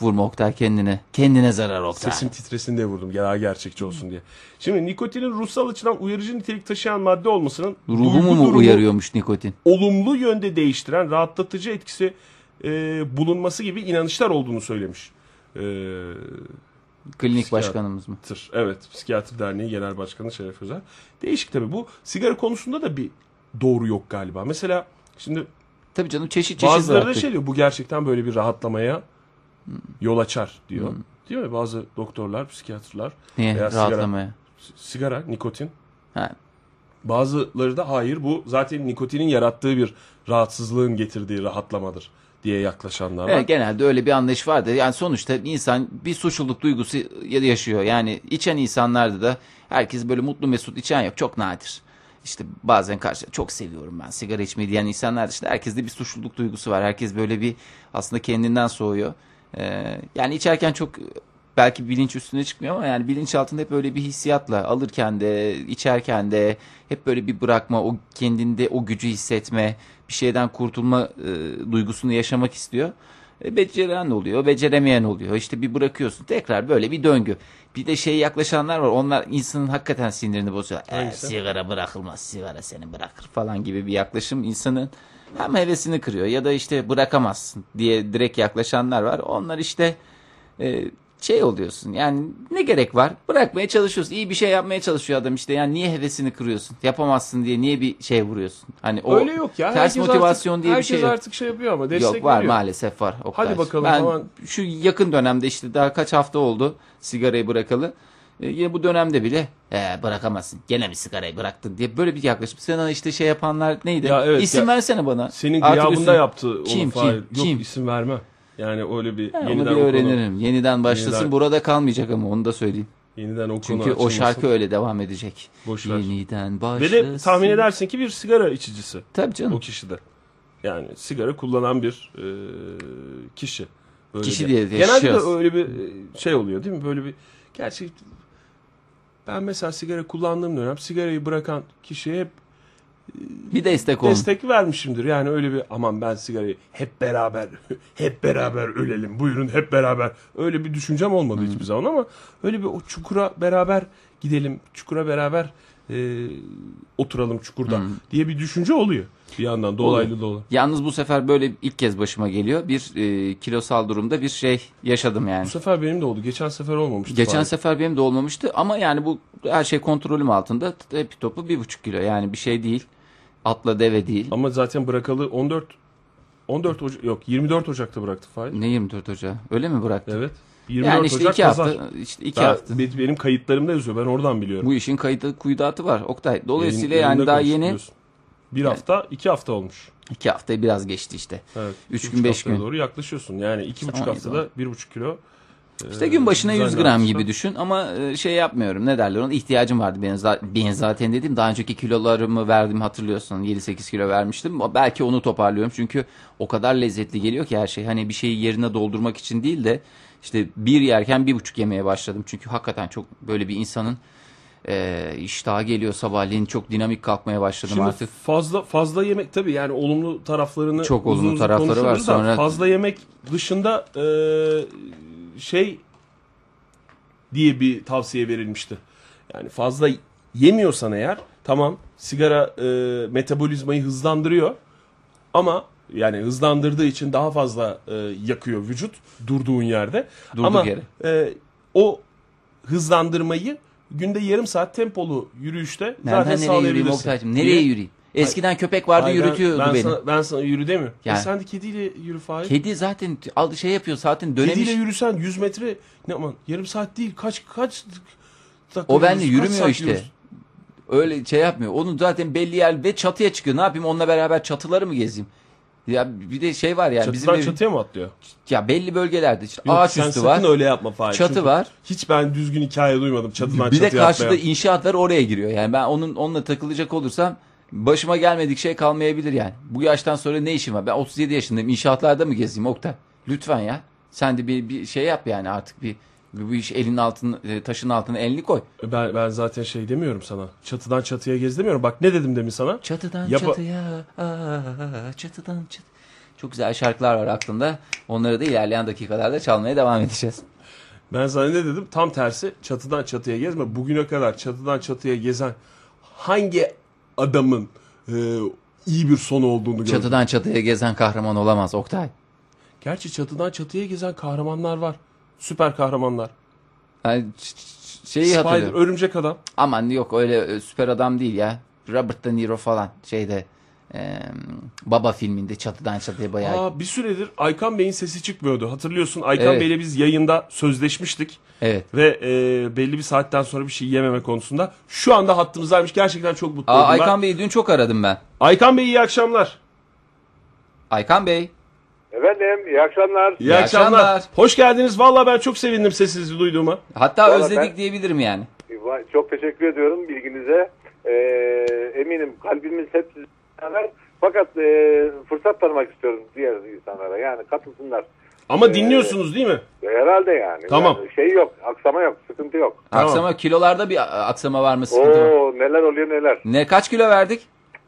Vurma Oktay kendine. Kendine zarar Oktay. Sesim titresin diye vurdum. Ya gerçekçi olsun diye. Şimdi nikotinin ruhsal açıdan uyarıcı nitelik taşıyan madde olmasının Ruhumu duygu mu durumu uyarıyormuş nikotin? olumlu yönde değiştiren, rahatlatıcı etkisi e, bulunması gibi inanışlar olduğunu söylemiş. E, Klinik Psikiyatr. başkanımız mı? Psikiyatr, evet. Psikiyatri Derneği Genel Başkanı Şeref Özer. Değişik tabii bu. Sigara konusunda da bir doğru yok galiba. Mesela şimdi Tabii canım çeşit çeşit bazıları da bıraktık. şey diyor bu gerçekten böyle bir rahatlamaya Hmm. yol açar diyor. Değil mi? Bazı doktorlar, psikiyatrlar Niye? veya sigara- Rahatlamaya. s- sigara, nikotin. Ha. Bazıları da hayır bu zaten nikotinin yarattığı bir rahatsızlığın getirdiği rahatlamadır diye yaklaşanlar var. Evet, genelde öyle bir anlayış vardı. Yani sonuçta insan bir suçluluk duygusu yaşıyor. Yani içen insanlarda da herkes böyle mutlu mesut içen yok. Çok nadir. İşte bazen karşı çok seviyorum ben sigara içmeyi diyen insanlar işte herkeste bir suçluluk duygusu var. Herkes böyle bir aslında kendinden soğuyor. Ee, yani içerken çok belki bilinç üstüne çıkmıyor ama yani bilinç altında hep böyle bir hissiyatla alırken de içerken de hep böyle bir bırakma o kendinde o gücü hissetme bir şeyden kurtulma e, duygusunu yaşamak istiyor. E, beceren oluyor, beceremeyen oluyor. İşte bir bırakıyorsun tekrar böyle bir döngü. Bir de şey yaklaşanlar var. Onlar insanın hakikaten sinirini bozuyorlar. E, Hangisi? sigara bırakılmaz, sigara seni bırakır falan gibi bir yaklaşım insanın hem hevesini kırıyor ya da işte bırakamazsın diye direkt yaklaşanlar var. Onlar işte e, şey oluyorsun yani ne gerek var bırakmaya çalışıyorsun iyi bir şey yapmaya çalışıyor adam işte yani niye hevesini kırıyorsun yapamazsın diye niye bir şey vuruyorsun hani o Öyle yok ya. Herkes ters motivasyon artık, diye bir herkes şey yok. artık şey yapıyor ama destek Yok var veriyor. maalesef var. Oktay. Hadi bakalım ben falan. Şu yakın dönemde işte daha kaç hafta oldu sigarayı bırakalı. E, yine bu dönemde bile "Ee, bırakamazsın gene mi sigarayı bıraktın diye böyle bir yaklaşım. Sen hani işte şey yapanlar neydi? Ya evet, İsim ya- versene bana. Senin Artık gıyabında üstün- yaptı onu Kim, Fahir. kim, Yok kim? isim verme. Yani öyle bir Ha, yeniden onu bir o konu- öğrenirim. Yeniden başlasın Yeniden- burada kalmayacak ama onu da söyleyeyim. Yeniden o Çünkü konu o açılmasın. şarkı öyle devam edecek. Boş ver. Yeniden Ve başlasın. de tahmin edersin ki bir sigara içicisi Tabii o canım. kişi de. Yani sigara kullanan bir e, kişi. Öyle Kişi de. diye Genelde de yaşıyoruz. öyle bir e, şey oluyor değil mi? Böyle bir gerçi ben mesela sigara kullandığım dönem sigarayı bırakan kişiye hep Bir destek olun. destek vermişimdir. Yani öyle bir aman ben sigarayı hep beraber <laughs> hep beraber ölelim. Buyurun hep beraber. Öyle bir düşüncem olmadı hiçbir zaman ama öyle bir o çukura beraber gidelim. Çukura beraber e, oturalım çukurda diye bir düşünce oluyor. Bir yandan dolaylı dolaylı. Yalnız bu sefer böyle ilk kez başıma geliyor. Bir e, kilosal durumda bir şey yaşadım yani. Bu sefer benim de oldu. Geçen sefer olmamıştı. Geçen Fahir. sefer benim de olmamıştı ama yani bu her şey kontrolüm altında. Hep topu bir buçuk kilo yani bir şey değil. Atla deve değil. Ama zaten bırakalı 14 14 Ocak yok 24 Ocak'ta bıraktı Fahir. Ne 24 Ocağı? Öyle mi bıraktı? Evet. 24 Hmm. yani işte Ocak iki pazar. hafta, işte iki Daha hafta. be- Benim kayıtlarımda yazıyor. Ben oradan biliyorum. Bu işin kayıtlı kuyudatı var Oktay. Yayın- Dolayısıyla yani yayında daha konuştuk yeni diyorsun. Bir hafta, iki hafta olmuş. iki haftaya biraz geçti işte. Evet. Üç iki gün, beş haftaya gün. doğru yaklaşıyorsun. Yani iki buçuk on yedi, haftada bir buçuk kilo. e, İşte gün başına 100 gram gibi düşün. düşün ama e, şey yapmıyorum ne derler ona ihtiyacım vardı benim, za- benim zaten dedim daha önceki kilolarımı verdim hatırlıyorsun 7-8 kilo vermiştim Ama belki onu toparlıyorum çünkü o kadar lezzetli geliyor ki her şey hani bir şeyi yerine doldurmak için değil de işte bir yerken bir buçuk yemeye başladım çünkü hakikaten çok böyle bir insanın e, iştahı geliyor sabahleyin çok dinamik kalkmaya başladım Şimdi artık fazla fazla yemek tabii yani olumlu taraflarını Çok olumlu uzun uzun tarafları var. konuşuruz da Sonra- fazla yemek dışında e, şey diye bir tavsiye verilmişti. Yani fazla yemiyorsan eğer tamam sigara e, metabolizmayı hızlandırıyor ama yani hızlandırdığı için daha fazla e, yakıyor vücut durduğun yerde. Durduk ama yere. e, o hızlandırmayı günde yarım saat tempolu yürüyüşte zaten nereden nereye yürüyeyim sağlayabilirsin. Oktay'cim nereye Niye? yürüyeyim eskiden köpek vardı Hayır, ben- yürütüyordu ben beni Sana, ben sana yürü demiyorum. Yani. E sen de kediyle yürü Fahir. kedi zaten t- al- şey yapıyor zaten dönemiş Kediyle yürüsen 100 metre ne aman yarım saat değil kaç kaç dakika O benle yürüyoruz, kaç yürümüyor saat işte. yürüyoruz? Öyle şey yapmıyor. Onun zaten belli yer ve çatıya çıkıyor. Ne yapayım onunla beraber çatıları mı gezeyim? Ya bir de şey var yani bizim Çatıdan ev- çatıya mı atlıyor? ya belli bölgelerde işte Yok, ağaç sen üstü var. sakın öyle yapma Fahir. Çatı Çünkü var. Hiç ben düzgün hikaye duymadım çatıdan Bir de çatıya karşıda atlayan. inşaatlar oraya giriyor. Yani ben onun onunla takılacak olursam başıma gelmedik şey kalmayabilir yani. Bu yaştan sonra ne işim var? Ben 37 yaşındayım. İnşaatlarda mı gezeyim Oktay? Lütfen ya. Sen de bir, bir şey yap yani artık bir, bir bu iş elin altını e, taşın altına elini koy. Ben, ben zaten şey demiyorum sana. Çatıdan çatıya gez demiyorum. Bak ne dedim demin sana? Çatıdan Yapa- çatıya, aa, çatıdan çat. Çok güzel şarkılar var aklımda. Onları da ilerleyen dakikalarda çalmaya devam edeceğiz. Ben sana ne dedim? Tam tersi çatıdan çatıya gezme. Bugüne kadar çatıdan çatıya gezen hangi adamın e, iyi bir sonu olduğunu gördün? Çatıdan çatıya gezen kahraman olamaz Oktay. Gerçi çatıdan çatıya gezen kahramanlar var. Süper kahramanlar. Yani ç- ç- şeyi Spider, hatırlıyorum. örümcek adam. Aman yok öyle e, süper adam değil ya. Robert De Niro falan şeyde e, Baba filminde çatıdan çatıya bayağı. Aa, bir süredir Aykan Bey'in sesi çıkmıyordu. Hatırlıyorsun Aykan Evet. Bey'le biz yayında sözleşmiştik. evet. Ve e, belli bir saatten sonra bir şey yememe konusunda. Şu anda hattımızdaymış. Gerçekten çok mutlu Aa, oldum ben. Aykan Bey'i dün çok aradım ben. Aykan Bey iyi akşamlar. Aykan Bey. Efendim iyi akşamlar. İyi, İyi akşamlar. akşamlar. Hoş geldiniz. Valla ben çok sevindim sesinizi duyduğuma. Hatta Vallahi özledik ben- diyebilirim yani. Vay, Çok teşekkür ediyorum bilginize. Ee, eminim kalbimiz hep sizinle beraber. Fakat e, fırsat tanımak istiyorum diğer insanlara. Yani katılsınlar. Ama dinliyorsunuz değil mi? Herhalde yani. Tamam. Yani şey yok, aksama yok, sıkıntı yok. Tamam. Aksama kilolarda bir a- aksama var mı sıkıntı var? Oo neler oluyor neler. Ne kaç kilo verdik?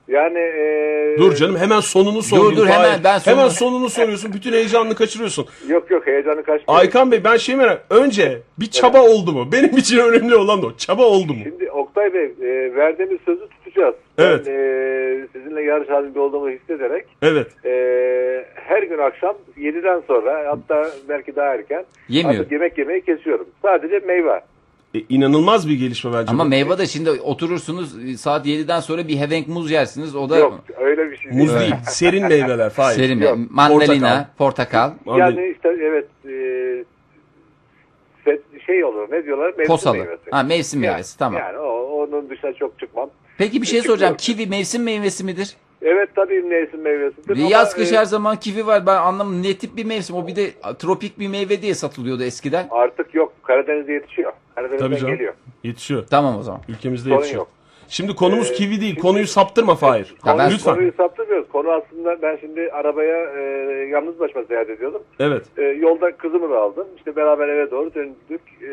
Yani e, Dur canım hemen sonunu sordun. dur, hemen Fahir. ben sonunu- Hemen sonunu soruyorsun. Bütün heyecanını kaçırıyorsun. Yok yok heyecanı kaçmıyor. Aykan Bey ben şey merak Önce bir çaba oldu mu? Benim için önemli olan da o. Çaba oldu mu? Şimdi Oktay Bey e, verdiğimiz sözü tutacağız. Evet. Ben, e, sizinle yarış halinde olduğumu hissederek Evet. Ee, her gün akşam 7'den sonra hatta belki daha erken Yemiyor. artık yemek yemeyi kesiyorum. Sadece meyve. E, inanılmaz bir gelişme bence. Ama bu. meyve de şimdi oturursunuz e, saat 7'den sonra bir hevenk muz yersiniz. O da Yok öyle bir şey değil. Muz değil. Serin meyveler. Hayır. serin Yok, mi? Mandalina, portakal. Yani işte evet e, set- şey olur ne diyorlar? Mevsim posalı. meyvesi. Ha mevsim Yani- meyvesi tamam. Yani o, onun dışına çok çıkmam. Peki bir şey Küçük soracağım. yok. Kivi mevsim meyvesi midir? Evet tabii mevsim meyvesidir. ama, Yaz kış e, her zaman kivi var. Ben anlamadım. Ne tip bir mevsim? O bir de tropik bir meyve diye satılıyordu eskiden. artık yok. Karadeniz'de yetişiyor. Tabii Karadeniz'den canım. geliyor. Yetişiyor. Tamam o zaman. Ülkemizde Sorun yetişiyor. yok. Şimdi konumuz Ee, kivi değil. şimdi- Konuyu saptırma Fahir. Ya ben- Lütfen. Konuyu saptırmıyoruz. Konu aslında ben şimdi arabaya e, yalnız başıma seyahat ediyordum. Evet. E, yolda kızımı da aldım. İşte beraber eve doğru döndük. E,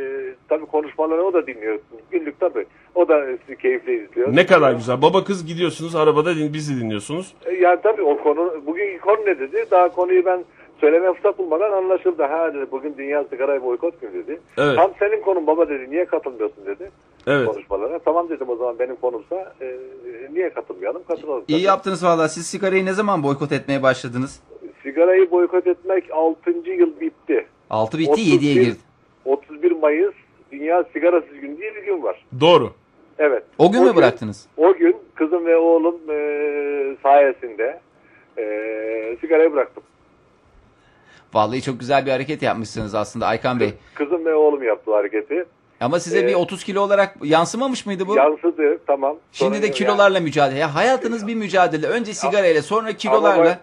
tabii konuşmaları o da dinliyor. Günlük tabii. O da e, keyifle izliyor. Ne kadar güzel. Baba kız gidiyorsunuz arabada din, bizi dinliyorsunuz. E, yani tabii o konu, bugünkü konu ne dedi? Daha konuyu ben söyleme fırsat bulmadan anlaşıldı. Ha dedi bugün Dünya Sigara Boykot Günü dedi. Evet. Tam senin konun baba dedi. Niye katılmıyorsun dedi Evet. konuşmalara. Tamam dedim o zaman benim konumsa e, niye katılmayalım? Katılalım. İyi Tabii. yaptınız vallahi. Siz sigarayı ne zaman boykot etmeye başladınız? Sigarayı boykot etmek 6. yıl bitti. 6 bitti 31 7'ye girdi. 31 Mayıs Dünya Sigarasız Günü diye bir gün var. Doğru. Evet. O gün O mü gün- bıraktınız? O gün kızım ve oğlum eee, sayesinde eee, sigarayı bıraktım. Vallahi çok güzel bir hareket yapmışsınız aslında Aykan Bey. Kızım ve oğlum yaptı hareketi. Ama size Ee, bir 30 kilo olarak yansımamış mıydı bu? Yansıdı tamam. Şimdi Sorun de yok kilolarla mücadele. Ya hayatınız bir mücadele. Önce sigarayla, sonra kilolarla. Ama, bak-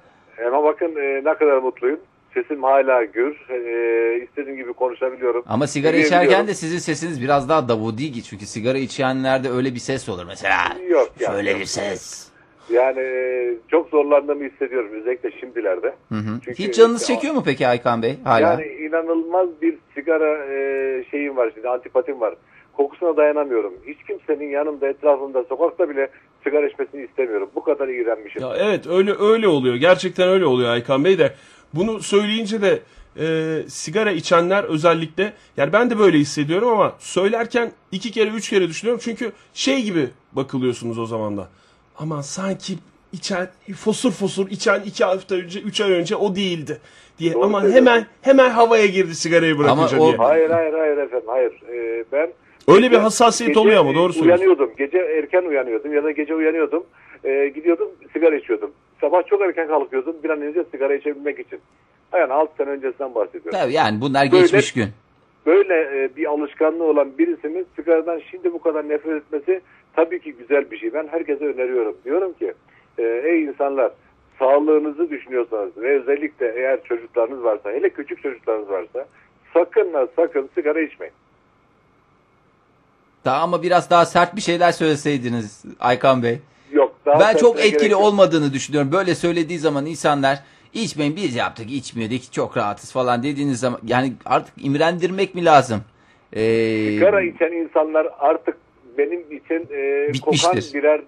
ama bakın e, ne kadar mutluyum. Sesim hala gür. E, istediğim gibi konuşabiliyorum. Ama sigara Yürüyebiliyorum. içerken de sizin sesiniz biraz daha davudi çünkü sigara içenlerde öyle bir ses olur mesela. Yok yani. Şöyle bir ses. Yani e, çok zorlandığımı hissediyorum özellikle şimdilerde. Çünkü Hiç canınız işte- çekiyor mu peki Aykan Bey hala? Yani inanılmaz bir sigara e, şeyim var şimdi antipatim var. Kokusuna dayanamıyorum. Hiç kimsenin yanımda etrafımda sokakta bile sigara içmesini istemiyorum. Bu kadar iğrenmişim. Ya evet öyle öyle oluyor. Gerçekten öyle oluyor Aykan Bey de. Bunu söyleyince de e, sigara içenler özellikle yani ben de böyle hissediyorum ama söylerken iki kere üç kere düşünüyorum. Çünkü şey gibi bakılıyorsunuz o zaman da. Aman sanki içen fosur fosur içen iki hafta önce üç ay önce o değildi diye. Doğru Aman söylüyorsun. hemen hemen havaya girdi sigarayı bırakınca o- diye. Hayır hayır hayır efendim hayır. E, ben Öyle bir hassasiyet Gece, oluyor ama e, doğru söylüyorsun. Uyanıyordum. Gece erken uyanıyordum ya da gece uyanıyordum. E, gidiyordum sigara içiyordum. Sabah çok erken kalkıyordum bir an önce sigara içebilmek için. Yani 6 sene öncesinden bahsediyorum. Tabii yani bunlar Böyle- geçmiş gün. Böyle e, bir alışkanlığı olan birisinin sigaradan şimdi bu kadar nefret etmesi tabii ki güzel bir şey. Ben herkese öneriyorum. Diyorum ki e, ey insanlar sağlığınızı düşünüyorsanız ve özellikle eğer çocuklarınız varsa hele küçük çocuklarınız varsa sakın ha sakın sigara içmeyin. Daha ama biraz daha sert bir şeyler söyleseydiniz Aykan Bey. Yok. Daha ben çok sertine gerek etkili yok. olmadığını düşünüyorum. Böyle söylediği zaman insanlar içmeyin biz yaptık içmiyorduk çok rahatız falan dediğiniz zaman yani artık imrendirmek mi lazım? Ee, Sigara içen insanlar artık benim için e, kokan Bitmiştir. birer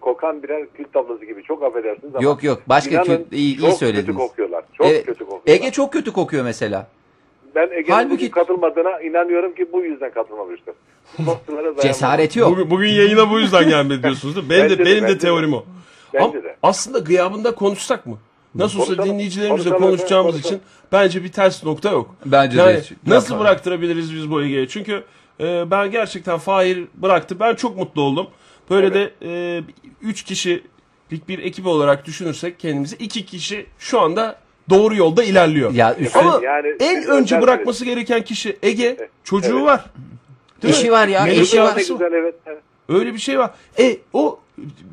kokan birer kül tablası gibi çok affedersiniz ama Yok, yok. Başka inanın kül- iyi- iyi çok söylediniz. kötü kokuyorlar. Çok e, kötü kokuyorlar. Ege çok kötü kokuyor mesela. ben Ege'nin Halbuki- bugün katılmadığına inanıyorum ki bu yüzden katılmamıştır. Bu baskılara dayanamam. Cesareti yok. Bugün, bugün yayına bu <laughs> yüzden gelmedi diyorsunuz değil mi? Benim de, Bence de, benim de bence de. teorim o. Bence Ama de. aslında gıyabında konuşsak mı? Nasıl olsa Konuşalım, dinleyicilerimizle konuşalım, konuşacağımız konuşalım. için bence bir ters nokta yok. Bence de yani hiç Nasıl yapmadım. bıraktırabiliriz biz bu Ege'ye? Çünkü e, ben gerçekten Fahir bıraktı. Ben çok mutlu oldum. Böyle de e, 3 kişilik bir ekip olarak düşünürsek kendimizi 2 kişi şu anda doğru yolda ilerliyor. Ya üstün- Ama Yani en siz önce özersiniz. bırakması gereken kişi Ege. Çocuğu var. Değil mi? Eşi var ya, Mecbur eşi var. bırakması Güzel evet. evet. Öyle bir şey var. E o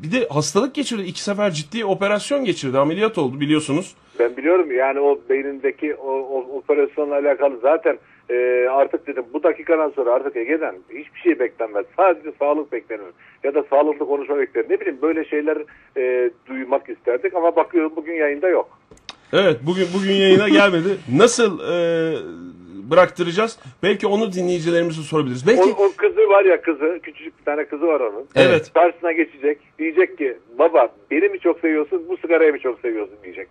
bir de hastalık geçirdi. İki sefer ciddi operasyon geçirdi. Ameliyat oldu biliyorsunuz. Ben biliyorum yani o beynindeki o, o operasyonla alakalı zaten e, artık dedim bu dakikadan sonra artık Ege'den hiçbir şey beklenmez. Sadece sağlık beklenir ya da sağlıklı konuşma beklenir. Ne bileyim böyle şeyler e, duymak isterdik ama bakıyorum bugün yayında yok. Evet bugün bugün yayına <laughs> gelmedi. Nasıl e, bıraktıracağız? Belki onu dinleyicilerimize sorabiliriz. O, Belki o kızı var ya kızı küçücük bir tane kızı var onun. Evet. Karşısına geçecek diyecek ki baba beni mi çok seviyorsun bu sigarayı mı çok seviyorsun diyecek.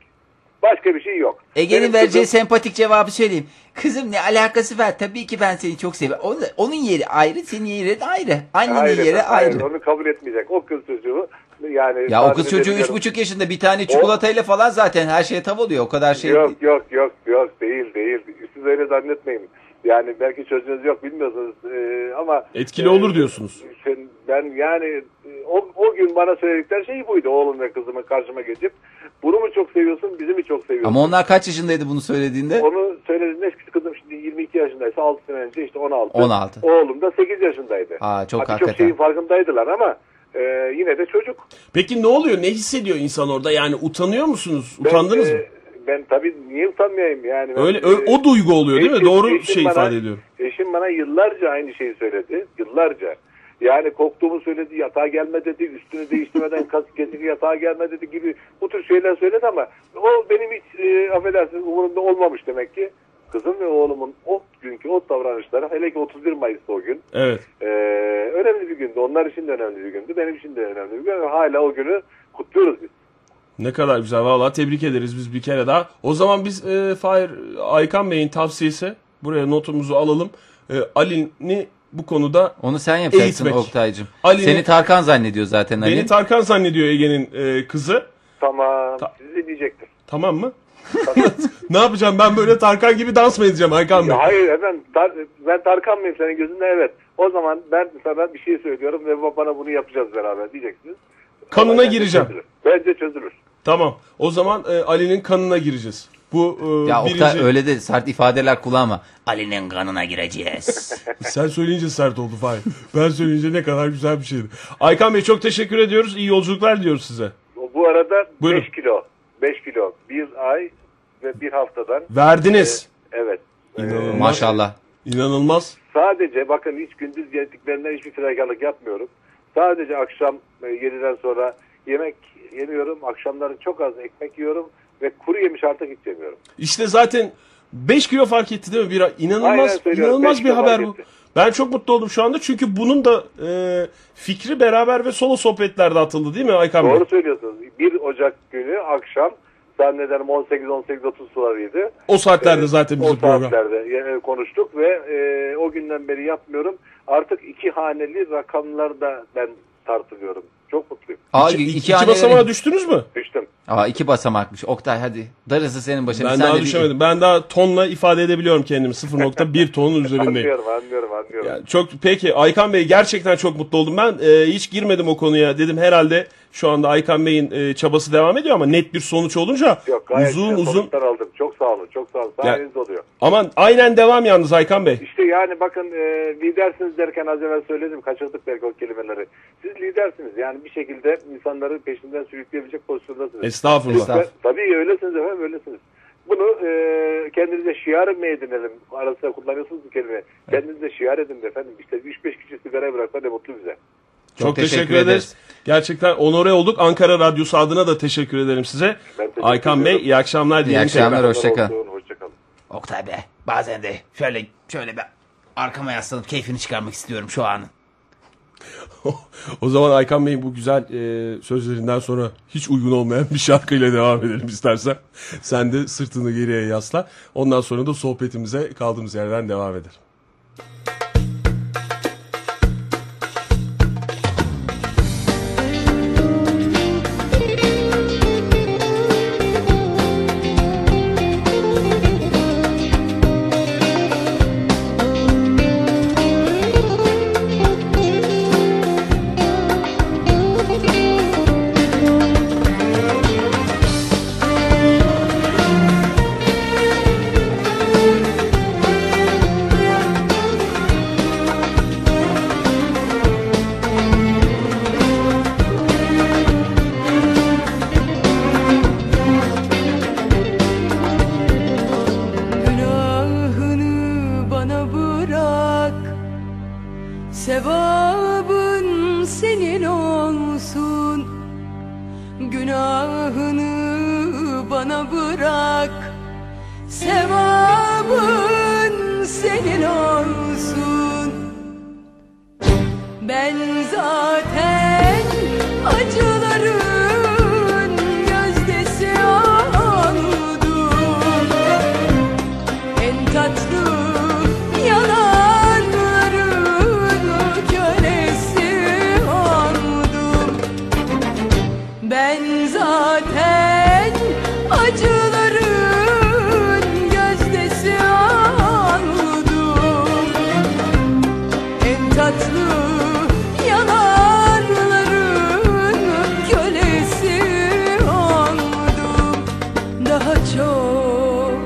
Başka bir şey yok. Ege'nin Benim vereceği kızım- sempatik cevabı söyleyeyim. Kızım ne alakası var? Tabii ki ben seni çok seviyorum. Onun, onun yeri ayrı, senin yeri de ayrı. Annenin Hayır, yeri efendim, hayır, ayrı. onu kabul etmeyecek. O kız çocuğu yani Ya o takip kız çocuğu üç edebiliyorum. buçuk yaşında bir tane çikolatayla falan zaten her şeye tav oluyor. O kadar şey. Yok yok yok yok değil değil. Siz öyle zannetmeyin. Yani belki çocuğunuz yok bilmiyorsunuz ee, ama E, etkili olur diyorsunuz. Sen- Ben yani e, o, o gün bana söyledikleri şey buydu oğlum ve kızımın karşıma geçip bunu mu çok seviyorsun bizi mi çok seviyorsun? Ama onlar kaç yaşındaydı bunu söylediğinde? Onu söylediğinde küçük kızım şimdi 22 yaşındaysa 6 sene önce işte 16. 16. Oğlum da 8 yaşındaydı. Aa, çok Ha, birçok hakikaten. şeyin farkındaydılar ama e, yine de çocuk. Peki ne oluyor? Ne hissediyor insan orada? Yani utanıyor musunuz? Ben, Utandınız e, mı? Ben tabii niye utanmayayım yani. Ben, Öyle ö- e, o duygu oluyor değil mi? Eşim- Doğru eşim şey bana- ifade ediyorum. Eşim bana yıllarca aynı şeyi söyledi. Yıllarca. Yani koktuğumu söyledi, yatağa gelme dedi, üstünü değiştirmeden kas kesinlikle yatağa gelme dedi gibi bu tür şeyler söyledi ama o benim hiç e, affedersiniz umurumda olmamış demek ki. Kızım ve oğlumun o günkü o davranışları hele ki 31 Mayıs'ta o gün Evet. e, önemli bir gündü. Onlar için de önemli bir gündü. Benim için de önemli bir gün. ve Hala o günü kutluyoruz biz. Ne kadar güzel valla tebrik ederiz biz bir kere daha. O zaman biz e, Fahir Aykan Bey'in tavsiyesi buraya notumuzu alalım. E, Ali'ni bu konuda Onu sen yapacaksın Eğitmek. Oktay'cım. Ali'nin- Seni Tarkan zannediyor zaten Ali. beni Tarkan zannediyor Ege'nin e, kızı. Tamam. Ta- Sizi diyecektim. Tamam mı? <laughs> ne yapacağım ben böyle Tarkan gibi dans mı edeceğim Aykan Bey? Ya hayır efendim Tar- ben Tarkan mıyım senin gözünde evet. O zaman ben sana bir şey söylüyorum ve bana bunu yapacağız beraber diyeceksiniz. Kanına Bence gireceğim. çözülür. Bence çözülür. Tamam. O zaman e, Ali'nin kanına gireceğiz. Bu e, Ya birinci... Oktay öyle de sert ifadeler kullanma. Ali'nin kanına gireceğiz. Sen söyleyince sert oldu Fahir. Ben söyleyince ne kadar güzel bir şeydi. Aykan Bey çok teşekkür ediyoruz. İyi yolculuklar diliyoruz size. Bu arada Buyurun. 5 kilo. 5 kilo. Bir ay ve bir haftadan. Verdiniz. Evet. İnanılmaz. Maşallah. İnanılmaz. Sadiklerine, Sadece bakın hiç gündüz yediklerinden hiçbir fedakarlık yapmıyorum. Sadece akşam e, 7'den sonra yemek yemiyorum. Akşamları çok az ekmek yiyorum ve kuru yemiş artık hiç yemiyorum. İşte zaten 5 kilo fark etti değil mi Bira? İnanılmaz, Aynen söylüyorum, beş inanılmaz bir kilo haber fark bu. etti. Ben çok mutlu oldum şu anda çünkü bunun da e, fikri beraber ve solo sohbetlerde atıldı değil mi Aykan Bey? Doğru söylüyorsunuz. 1 Ocak günü akşam zannederim 18-18.30 sularıydı. O saatlerde zaten o bizim program. saatlerde e, konuştuk ve e, o günden beri yapmıyorum. Artık iki haneli rakamlarda ben tartılıyorum. Çok mutluyum. Aa, İki, iki, hanelerin- basamağa düştünüz mü? Düştüm. Aa, iki basamakmış. Oktay hadi. Darısı senin başına. Ben Sen de daha bir- düşemedim. Ben daha tonla ifade edebiliyorum kendimi. 0.1 <laughs> tonun üzerindeyim. Anlıyorum, anlıyorum, anlıyorum. Ya çok peki Aykan Bey gerçekten çok mutlu oldum ben e, hiç girmedim o konuya dedim herhalde şu anda Aykan Bey'in e, çabası devam ediyor ama net bir sonuç olunca Yok gayet uzun güzel uzun sonuçlar aldım. Çok sağ olun, çok sağ olun. Sayenizde oluyor. aman aynen devam yalnız Aykan Bey İşte yani bakın e, lidersiniz derken az evvel söyledim. Kaçırdık belki o kelimeleri. Siz lidersiniz. Yani bir şekilde insanları peşinden sürükleyebilecek pozisyondasınız. estağfurullah Estağfurullah. Tabii öylesiniz efendim öylesiniz. Bunu e, kendinize şiar mı edinelim? Arasında kullanıyorsunuz bu kelime. Kendinize şiar edin efendim. İşte 3-5 kişi sigara bırakma ne mutlu bize. çok, teşekkür, teşekkür ederiz. ederiz. gerçekten onore olduk Ankara Radyosu adına da teşekkür ederim size Ben teşekkür Aykan Bey ediyorum. iyi akşamlar diyelim akşamlar. tekrar. hoşça kal. Hoşçakalın. Oktay be bazen de şöyle şöyle bir arkama yaslanıp keyfini çıkarmak istiyorum şu anın. o zaman Aykan Bey'in bu güzel e, sözlerinden sonra hiç uygun olmayan bir şarkıyla devam edelim istersen. Sen de sırtını geriye yasla. Ondan sonra da sohbetimize kaldığımız yerden devam edelim. Günahını bana bırak Sevabın senin olsun Günahını bana bırak Sevabın senin olsun ben zaten acıların gözdesi oldum En tatlı yalanların kölesi oldum Ben zaten acıların gözdesi oldum en tatlı yanarların kölesi oldum Daha çok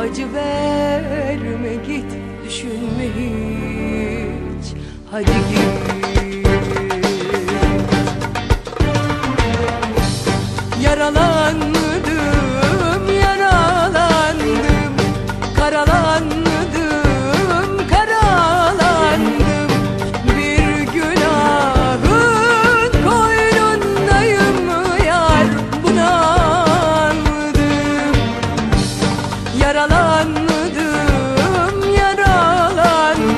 acı verme git düşünme hiç Hadi git Yaralandım, yaralandım Karalandım, karalandım Bir günahın koynundayım yar Bunaldım Yaralandım, yaralandım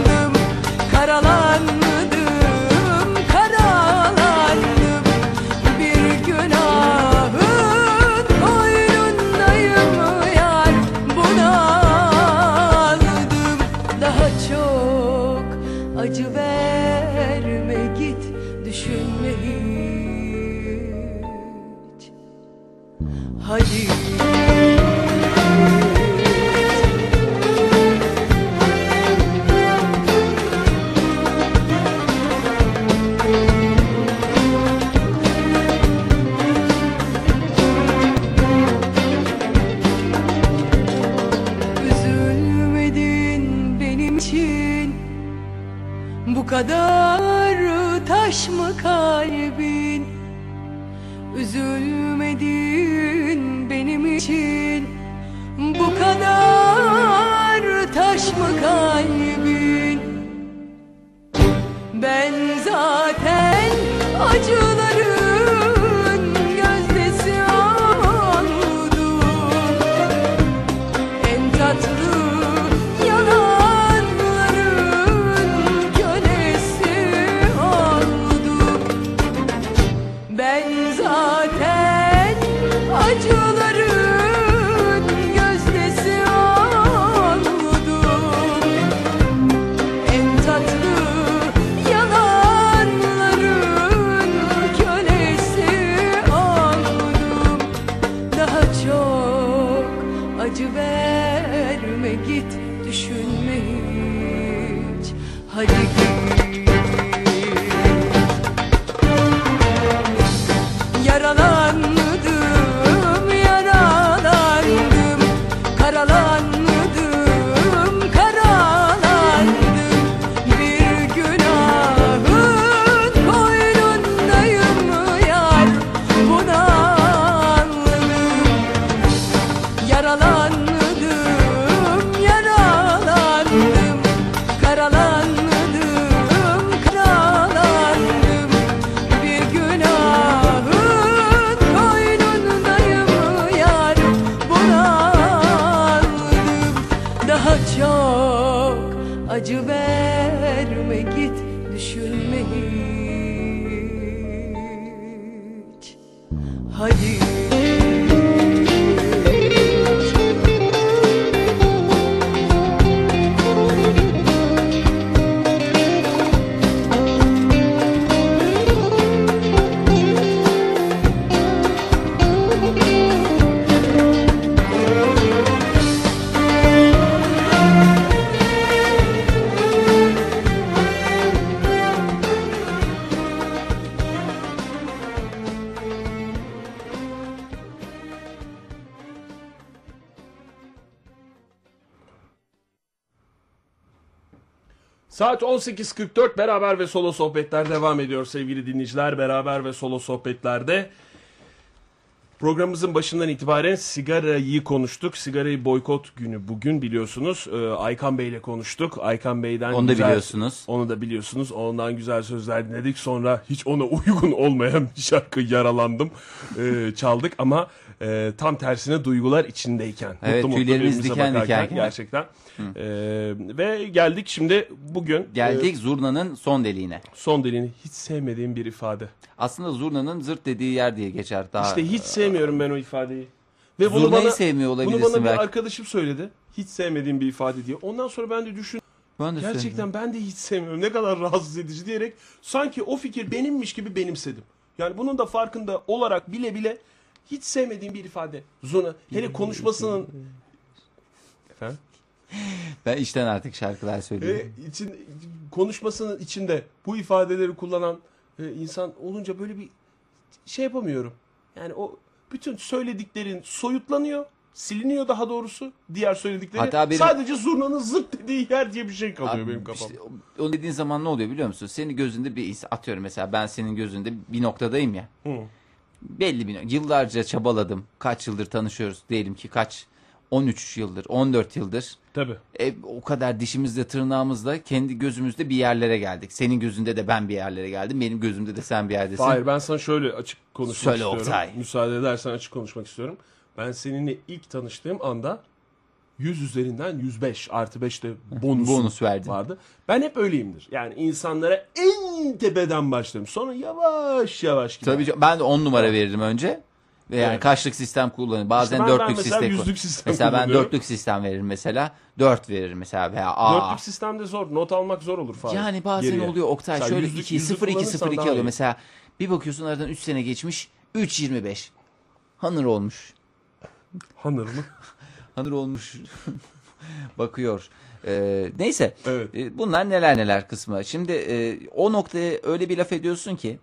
Karalandım, karalandım Bir günahın boynundayım yar Bunaldım daha çok Acı verme git düşünme hiç Hadi kadar taş mı kalbin? Üzülmedin benim için Bu kadar taş mı kalbin? Ben zaten acıların gözdesi oldum en tatlı yalanların kölesi oldum Ben zaten acıların gözdesi oldum En tatlı yalanların kölesi oldum daha çok acı verme git düşünme hiç hadi git Yaralandım, yaralandım Karalandım, karalandım Bir günahın koynundayım yar Bunaldım Yaralandım, yaralandım Karalandım, karalandım Bir günahın koynundayım yar Bunaldım Daha çok acı verme git Düşünme hiç Hadi Saat 18.44 beraber ve solo sohbetler devam ediyor sevgili dinleyiciler. Beraber ve solo sohbetlerde programımızın başından itibaren sigarayı konuştuk. Sigarayı boykot günü bugün biliyorsunuz. Ee, Aykan Bey ile konuştuk. Aykan Bey'den Onu da güzel- biliyorsunuz. Onu da biliyorsunuz. Ondan güzel sözler dinledik. Sonra hiç ona uygun olmayan bir şarkı yaralandım. Ee, çaldık ama e, tam tersine duygular içindeyken. Evet, tüylerimiz birbirimize diken diken. bakarken Gerçekten. Ee, ve geldik şimdi bugün. e, Geldik Zurna'nın son deliğine. Son deliğini hiç sevmediğim bir ifade. Aslında Zurna'nın zırt dediği yer diye geçer daha. İşte hiç sevmiyorum ben o ifadeyi. Ve bunu Zurnayı bana, sevmiyor bunu olabilirsin bana bir belki. arkadaşım söyledi. Hiç sevmediğim bir ifade diye. Ondan sonra ben de düşün. Ben de sevmiyorum. Gerçekten ben de hiç sevmiyorum. Ne kadar rahatsız edici diyerek sanki o fikir benimmiş gibi benimsedim. Yani bunun da farkında olarak bile bile hiç sevmediğim bir ifade. Zona. Hele konuşmasının Efendim? Ben işten artık şarkılar Ve söylüyorum. için konuşmasının içinde bu ifadeleri kullanan e, insan olunca böyle bir şey yapamıyorum. Yani o bütün söylediklerin soyutlanıyor, siliniyor daha doğrusu diğer söyledikleri. Hatta benim- Sadece zurnanın zırt dediği yer diye bir şey kalıyor benim Abi, kafam. işte o- onu dediğin zaman ne oluyor biliyor musun? Senin gözünde bir insan atıyorum mesela ben senin gözünde bir noktadayım ya. Belli bir nok- yıllarca çabaladım. Kaç yıldır tanışıyoruz diyelim ki kaç 13 yıldır, 14 yıldır. Tabii. E, o kadar dişimizle tırnağımızla kendi gözümüzde bir yerlere geldik. Senin gözünde de ben bir yerlere geldim. Benim gözümde de sen bir yerdesin. Hayır ben sana şöyle açık konuşmak Söyle istiyorum. Oktay. Müsaade edersen açık konuşmak istiyorum. Ben seninle ilk tanıştığım anda 100 üzerinden 105 artı 5 de bonus, Bonus verdin. vardı. Ben hep öyleyimdir. Yani insanlara en tepeden başlarım. Sonra yavaş yavaş gider. Tabii canım, ben de 10 numara veririm önce. Ve yani Evet. kaçlık sistem kullanırım. Bazen İşte ben- ben dörtlük mesela sistem yüzlük kullanırım. sistem Mesela ben kullanıyorum. dörtlük sistem veririm mesela. Dört veririm mesela veya A. Dörtlük sistemde zor. Not almak zor olur falan. Yani bazen Geriye. oluyor Oktay Mesela şöyle yüzlük- 2 yüzlük 0 2 kullanırsan 0 2 daha iyi. alıyor mesela. Bir bakıyorsun aradan 3 sene geçmiş 3 25. Hanır olmuş. Hanır mı? Hanır olmuş. <laughs> Bakıyor. Ee, neyse. Evet. Ee, bunlar neler neler kısmı. Şimdi e, o noktaya öyle bir laf ediyorsun ki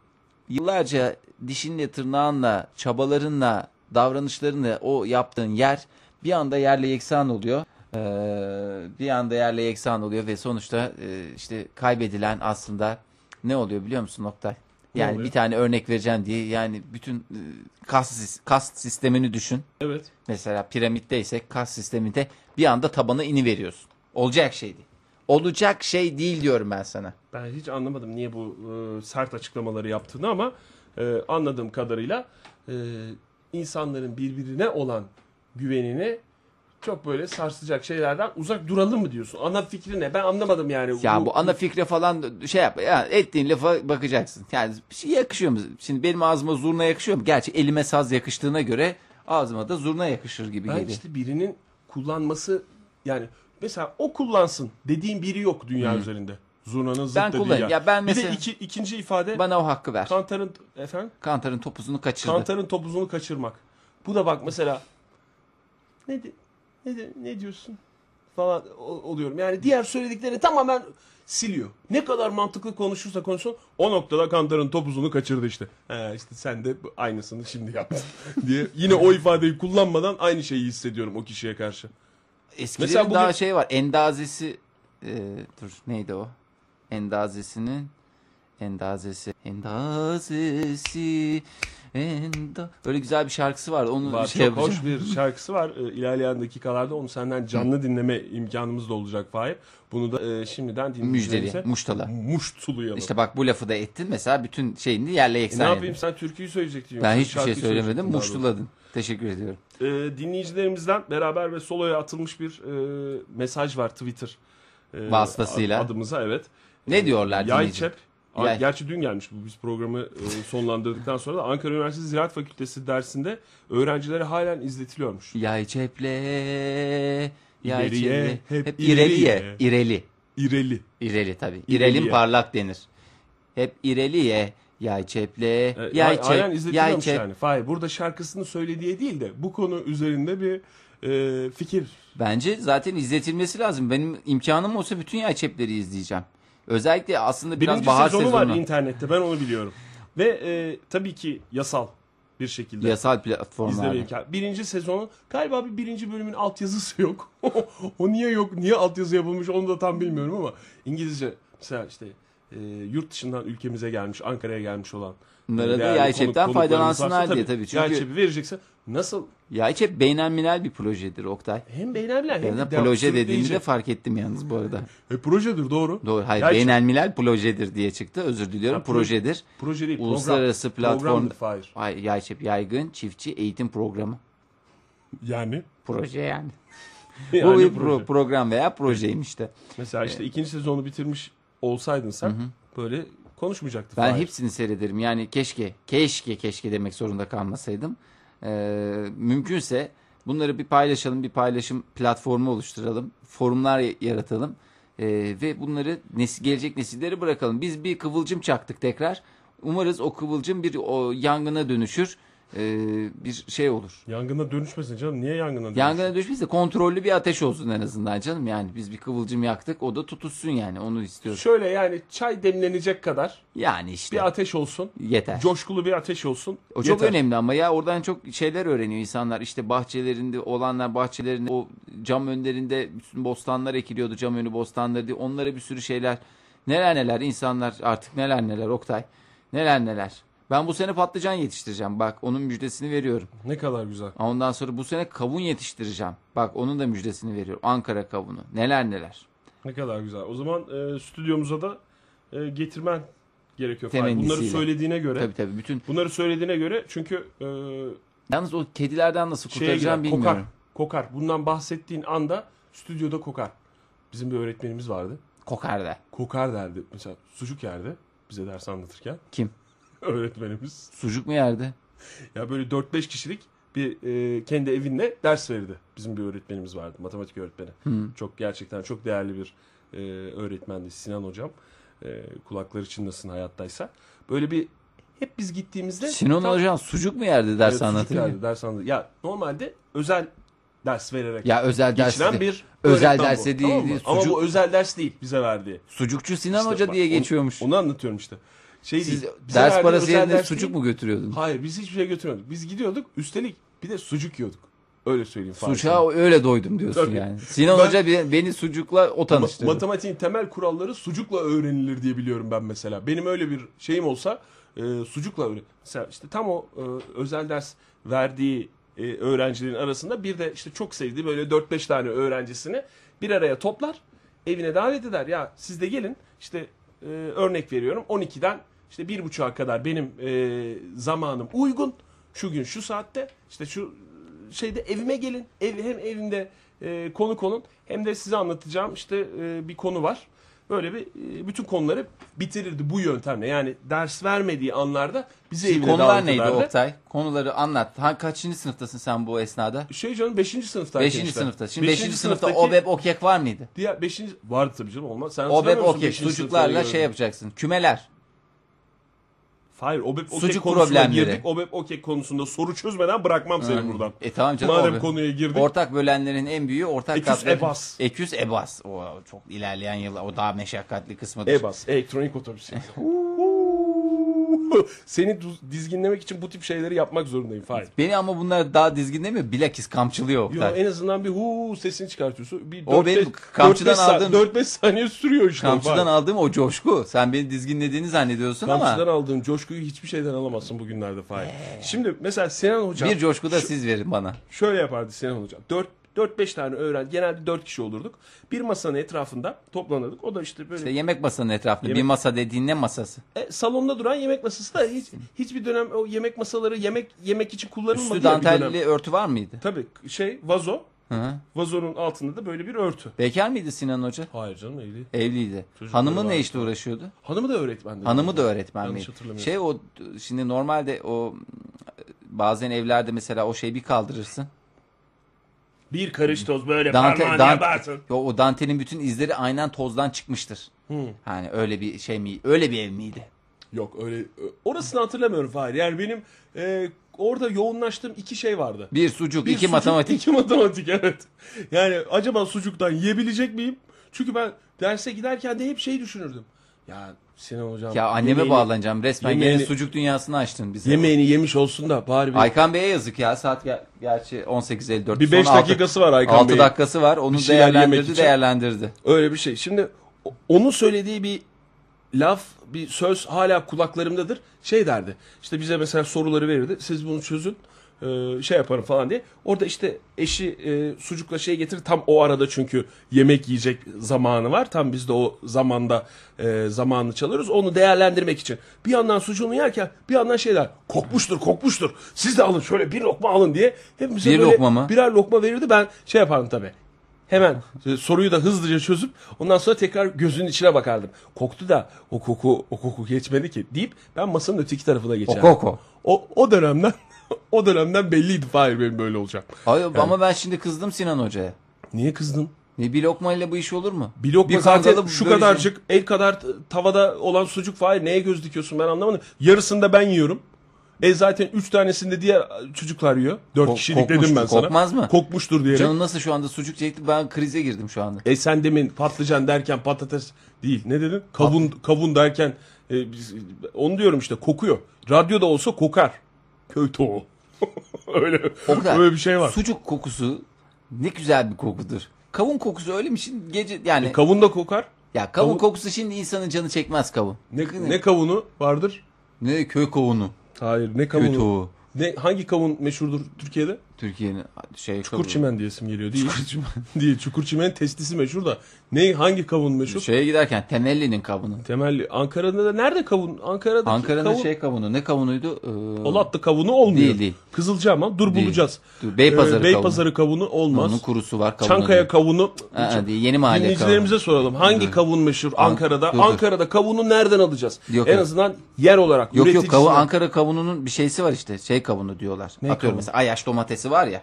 yıllarca dişinle, tırnağınla, çabalarınla, davranışlarınla o yaptığın yer bir anda yerle yeksan oluyor. Ee, Ee, bir anda yerle yeksan oluyor ve sonuçta e, işte kaybedilen aslında ne oluyor biliyor musun Oktay? Yani oluyor? bir tane örnek vereceğim diye yani bütün e, kas, sis- kas sistemini düşün. Evet. Mesela piramitteysek kas sisteminde bir anda tabana ini veriyorsun. Olacak şey değil. Olacak şey değil diyorum ben sana. Ben hiç anlamadım niye bu e, sert açıklamaları yaptığını ama e, anladığım kadarıyla e, insanların birbirine olan güvenini çok böyle sarsacak şeylerden uzak duralım mı diyorsun? Ana fikri ne? Ben anlamadım yani. Ya bu ana fikre falan şey yap. Ya ettiğin lafa bakacaksın. Yani bir şey yakışıyor mu? Şimdi benim ağzıma zurna yakışıyor mu? Gerçi elime saz yakıştığına göre ağzıma da zurna yakışır gibi Ben geliyor. işte birinin kullanması yani mesela o kullansın dediğin biri yok dünya üzerinde. Zurnanın zıt Ben dediği yer. kullanayım. Ya ben Bir mesela- de iki, ikinci ifade Bana o hakkı ver. Kantar'ın efendim Kantar'ın topuzunu kaçırdı. Kantar'ın topuzunu kaçırmak. Bu da bak mesela ne di- ne di- ne diyorsun falan o- oluyorum. Yani diğer söylediklerini tamamen siliyor. Ne kadar mantıklı konuşursa konuşsun o noktada Kantar'ın topuzunu kaçırdı işte. He işte sen de bu- aynısını şimdi yaptın <laughs> diye yine o ifadeyi kullanmadan aynı şeyi hissediyorum o kişiye karşı. Eskilerin Mesela bugün- daha şey var. Endazesi e, dur neydi o? Endazesinin endazesi endazesi enda öyle güzel bir şarkısı vardı. Onu Var, şey çok hoş yapacağım. bir şarkısı var. Ee, İlerleyen dakikalarda onu senden canlı dinleme imkanımız da olacak Fahir. Bunu da e, şimdiden dinleyicilerimize Müjdeli, muştala. muştulayalım. İşte bak bu lafı da ettin mesela bütün şeyini yerle E, ne yeksan yapayım edin. sen türküyü söyleyecektin. Ben yoksa hiçbir şey şarkıyı söylemedim. söyleyecektin daha doğrusu. Muştuladın. Teşekkür ediyorum. Ee, dinleyicilerimizden beraber ve soloya atılmış bir e, mesaj var Twitter. e, Vasıtasıyla. ad- Adımıza evet. E, Ne diyorlar dinleyici? Yayçep. Ay- Yay- Gerçi dün gelmiş bu. Biz programı e, sonlandırdıktan sonra da Ankara Üniversitesi Ziraat Fakültesi dersinde öğrencilere halen izletiliyormuş. Yay ceple, yay İleriye, ceple. hep Hep ireliye, ileriye. ireli. İreli. E, İreli tabii. İreliye. İrelin parlak denir. Hep ireliye, yay ceple, E, yay ay- aynen cep, yay izletiliyormuş cep. yani. Fahir burada şarkısını söylediği değil de bu konu üzerinde bir e, fikir. Bence zaten izletilmesi lazım. Benim imkanım olsa bütün yay cepleri izleyeceğim. Özellikle aslında biraz Birinci bahar sezonu, sezonu. var internette ben onu biliyorum. Ve e, tabii ki yasal bir şekilde. Yasal platformlarda. İzleme imkanı. Birinci sezonun galiba bir birinci bölümün altyazısı <laughs> yok. o niye yok? Niye altyazı yapılmış onu da tam bilmiyorum ama İngilizce mesela işte e, yurt dışından ülkemize gelmiş, Ankara'ya gelmiş olan e, Bunlara da değerli yay konuk- çepten konuklarımız faydalansınlar varsa diye tabii Yay çünkü- çepi verecekse nasıl Yay cep beynelminel bir projedir Oktay. hem beynelmiler hem Ben de devam- proje dediğini sürükleyici. de fark ettim yalnız bu <laughs> arada. E, projedir doğru. Doğru. Hayır, Yay çepi- beynel milal projedir diye çıktı. Özür diliyorum. Ha, pro- projedir. Proje değil, Uluslararası program. platform. Programdır, Fahir. Ay, Yayçep yaygın çiftçi eğitim programı. Yani. <laughs> Proje yani. yani Bu bir proje. pro- program veya projeymiş de. Mesela işte ikinci sezonu bitirmiş olsaydın sen böyle konuşmayacaktı Ben Fahir. hepsini seyrederim. Yani keşke, keşke, keşke demek zorunda kalmasaydım. Ee, mümkünse bunları bir paylaşalım, bir paylaşım platformu oluşturalım, forumlar y- yaratalım Ee, ve bunları nes- gelecek nesillere bırakalım. Biz bir kıvılcım çaktık tekrar. Umarız o kıvılcım bir o yangına dönüşür, ee, bir şey olur. Yangına dönüşmesin canım. Niye yangına dönüşsün? Yangına düşmüşse kontrollü bir ateş olsun en azından canım. Yani biz bir kıvılcım yaktık, o da tutuşsun yani. Onu istiyoruz. Şöyle yani çay demlenecek kadar Yani işte. bir ateş olsun. Yeter. Coşkulu bir ateş olsun. O çok Yeter. önemli ama ya oradan çok şeyler öğreniyor insanlar. İşte bahçelerinde olanlar bahçelerinde o cam önlerinde bütün bostanlar ekiliyordu. Cam önü bostanları diye. Onlara bir sürü şeyler. Neler neler insanlar artık neler neler Oktay. Neler neler. Ben bu sene patlıcan yetiştireceğim. Bak onun müjdesini veriyorum. Ne kadar güzel. Ama Ondan sonra bu sene kavun yetiştireceğim. Bak onun da müjdesini veriyorum. Ankara kavunu. Neler neler. Ne kadar güzel. O zaman e, stüdyomuza da e, getirmen gerekiyor. Fahir. Temennisiyle. Bunları söylediğine göre. Tabii tabii bütün. Bunları söylediğine göre çünkü e, Yalnız o kedilerden nasıl şeye kurtaracağım girer, kokar. bilmiyorum. Kokar. Bundan bahsettiğin anda stüdyoda kokar. Bizim bir öğretmenimiz vardı. Kokar da. Kokar derdi. Mesela sucuk yerdi bize ders anlatırken. Kim? <laughs> Öğretmenimiz. Sucuk mu yerde? Ya böyle 4-5 kişilik bir e, kendi evinde ders verirdi. Bizim bir öğretmenimiz vardı. Matematik öğretmeni. Çok gerçekten çok değerli bir e, öğretmendi Sinan hocam. E, kulakları çınlasın hayattaysa. Böyle bir hep biz gittiğimizde Sinan tam- hocam sucuk mu yerde ders Evet, anlatıyor? çocuklardı, ders anlatıyor. Ya normalde özel ders vererek Ya özel ders geçilen de- bir özel öğretmen derse bu, değil, tamam mı? sucuk- Ama bu özel ders değil bize verdiği. sucukçu Sinan İşte Hoca bak, diye onu- geçiyormuş. Onu, anlatıyorum işte. Şey Siz değil, bize ders verdiği parası özel yerine ders sucuk değil. mu götürüyordunuz? Hayır biz hiçbir şey götürmüyorduk. Biz gidiyorduk üstelik bir de sucuk yiyorduk. Öyle söyleyeyim. Fahir. Suçağa öyle doydum diyorsun Tabii. yani. Sinan Ben- Hoca be- beni sucukla o Ma- tanıştırdı. Matematiğin temel kuralları sucukla öğrenilir diye biliyorum ben mesela. Benim öyle bir şeyim olsa e, sucukla öyle. Mesela işte tam o e, özel ders verdiği e, öğrencilerin arasında bir de işte çok sevdiği böyle 4-5 tane öğrencisini bir araya toplar. Evine davet eder. Ya siz de gelin işte e, örnek veriyorum 12'den işte 1.30'a kadar benim e, zamanım uygun. Şu gün şu saatte işte şu şeyde evime gelin. Ev, hem evimde e, konuk olun hem de size anlatacağım işte e, bir konu var. Böyle bir e, bütün konuları bitirirdi bu yöntemle. Yani ders vermediği anlarda bizi evine Konular davet neydi ederdi. Oktay? Konuları anlat. Ha, kaçıncı sınıftasın sen bu esnada? Şey canım 5. sınıfta. Beşinci sınıfta. Şimdi beşinci, sınıfta OBEP okyak var mıydı? Diğer 5. vardı tabii canım olmaz. Sen OBEP hatırlamıyor musun okyak. beşinci sınıfları Sucuklarla gördüğünü? şey yapacaksın. Kümeler. Hayır OBEP okey Sucuk konusuna problemleri. girdik. OBEP okey konusunda soru çözmeden bırakmam seni buradan. E tamam canım. Madem OBEP. konuya girdik. Ortak bölenlerin en büyüğü ortak Eküs katların- Ebas. Eküs Ebas. O çok ilerleyen yıl o daha meşakkatli kısmıdır. E-bas, Şey, elektronik otobüs. yani. <laughs> Seni du- dizginlemek için bu tip şeyleri yapmak zorundayım Fahir. Beni ama bunlar daha dizginlemiyor. Bilakis kamçılıyor Yo, Oktay. en azından bir hu sesini çıkartıyorsun. Bir O dört benim beş- kamçıdan dört beş sa- aldığım- dört beş saniye sürüyor işte. Kamçıdan Fahir. aldığım o coşku. Sen beni dizginlediğini zannediyorsun Kamçıdan ama Ee. aldığın coşkuyu hiçbir şeyden alamazsın bugünlerde Fahir. Şimdi mesela Sinan Hoca bir coşku da siz verin bana. şöyle yapardı Sinan Hoca. 4 4-5 tane öğrenci, genelde 4 kişi olurduk. Bir masanın etrafında toplanırdık. O da işte böyle İşte Şey, yemek masanın etrafında. Yemek- Bir masa dediğin ne masası? E, salonda duran yemek masası da hiç, hiçbir dönem o yemek masaları yemek yemek için kullanılmadı. Üstü ya bir dönem. dantelli örtü var mıydı? Tabii şey vazo. Hı hı. Vazonun altında da böyle bir örtü. Bekar mıydı Sinan Hoca? Hayır canım evli. Evliydi. Çocukları Hanımı ne vardı. işle uğraşıyordu? Hanımı da öğretmendi. Hanımı da öğretmen Yanlış miydi? hatırlamıyorum. Şey o şimdi normalde o bazen evlerde mesela o şeyi bir kaldırırsın. Bir karış toz böyle Dante, parmağını Dan- yaparsın. Yo, o dantelin bütün izleri aynen tozdan çıkmıştır. Hani öyle bir şey mi? Öyle bir ev miydi? Yok öyle. ö- Orasını hatırlamıyorum Fahir. Yani benim e, orada yoğunlaştığım iki şey vardı. Bir sucuk, Bir iki sucuk, <laughs> matematik. İki matematik evet. Yani acaba sucuktan yiyebilecek miyim? Çünkü ben derse giderken de hep şey düşünürdüm. Ya Sinan hocam. Ya anneme yemeğini- bağlanacağım resmen. Yeni yemeğini- sucuk dünyasını açtın bize. Yemeğini yemiş olsun da bari bir, Aykan Bey'e yazık ya. Saat ger- gerçi 18.54. bir beş Son altı- dakikası var Aykan Altı Bey'in. dakikası var. Onu şeyler yemek değerlendirdi, için. değerlendirdi. Öyle bir şey. Şimdi o- onun söylediği bir laf, bir söz hala kulaklarımdadır. Şey derdi. İşte bize mesela soruları verirdi. Siz bunu çözün. e, şey yaparım falan diye. Orada işte eşi e, sucukla şey getir. Tam o arada çünkü yemek yiyecek zamanı var. Tam biz de o zamanda e, zamanını çalıyoruz. Onu değerlendirmek için. Bir yandan sucuğunu yerken bir yandan şeyler kokmuştur kokmuştur. Siz de alın şöyle bir lokma alın diye. Hepimize Bir böyle lokma mı? birer lokma verirdi. Ben şey yapardım tabii. Hemen soruyu da hızlıca çözüp ondan sonra tekrar gözünün içine bakardım. Koktu da o koku o koku geçmedi ki deyip ben masanın öteki tarafına geçerdim. Okoko. O, o dönemden <laughs> o dönemden belliydi Fahir benim böyle olacağım. Ay, Ama ben şimdi kızdım Sinan Hoca'ya. Niye kızdın? Ne bir lokmayla bu iş olur mu? Bir lokma Bir zaten kankalı şu böyle şey. kadarcık el kadar t- tavada olan sucuk Fahir neye göz dikiyorsun ben anlamadım. Yarısını da ben yiyorum. E zaten üç tanesini de diğer çocuklar yiyor. Dört Ko- kişilik dedim ben kokmuştur, sana. kokmaz mı? Kokmuştur diyerek. Canım nasıl şu anda sucuk çekti ben krize girdim şu anda. E sen demin patlıcan derken patates değil. Ne dedin? Kavun kavun derken e, biz- onu diyorum işte kokuyor. Radyoda olsa kokar. Köy tohumu. <laughs> öyle Oktay, öyle bir şey var. Sucuk kokusu ne güzel bir kokudur. Kavun kokusu öyle mi şimdi gece yani E, Kavun da kokar. ya kavun, kavun- kokusu şimdi insanın canı çekmez kavun. Ne, ne kavunu vardır? Ne köy kavunu, Hayır ne köy kavunu? tavuğu. Ne, hangi kavun meşhurdur Türkiye'de? Türkiye'nin şey Çukur çimen diye isim geliyor değil. Çukur çimen. <laughs> değil. Çukur çimen testisi meşhur da. Ne hangi kavun meşhur? şeye giderken Tenelli'nin kavunu. Temelli Ankara'da da nerede kavun? Ankara'daki Ankara'nın kavun. şey kavunu ne kavunuydu? Ee, Polatlı kavunu olmuyor. Değil, değil. Kızılcahamam dur Değil. bulacağız. Dur, Beypazarı Ee, kavunu. Beypazarı kavunu olmaz. Onun kurusu var kavunu. Çankaya değil. kavunu. Aa, değil, yeni mahalle kavunu. Dinleyicilerimize soralım. Hangi Dur. kavun meşhur An- Ankara'da? dur, dur. Ankara'da kavunu nereden alacağız? Yok, en yok. azından yer olarak. Yok yok üreticisinden. kavun, Ankara kavununun bir şeysi var işte. Şey kavunu diyorlar. Ne Atıyorum kavunu? mesela Ayaş domatesi var ya.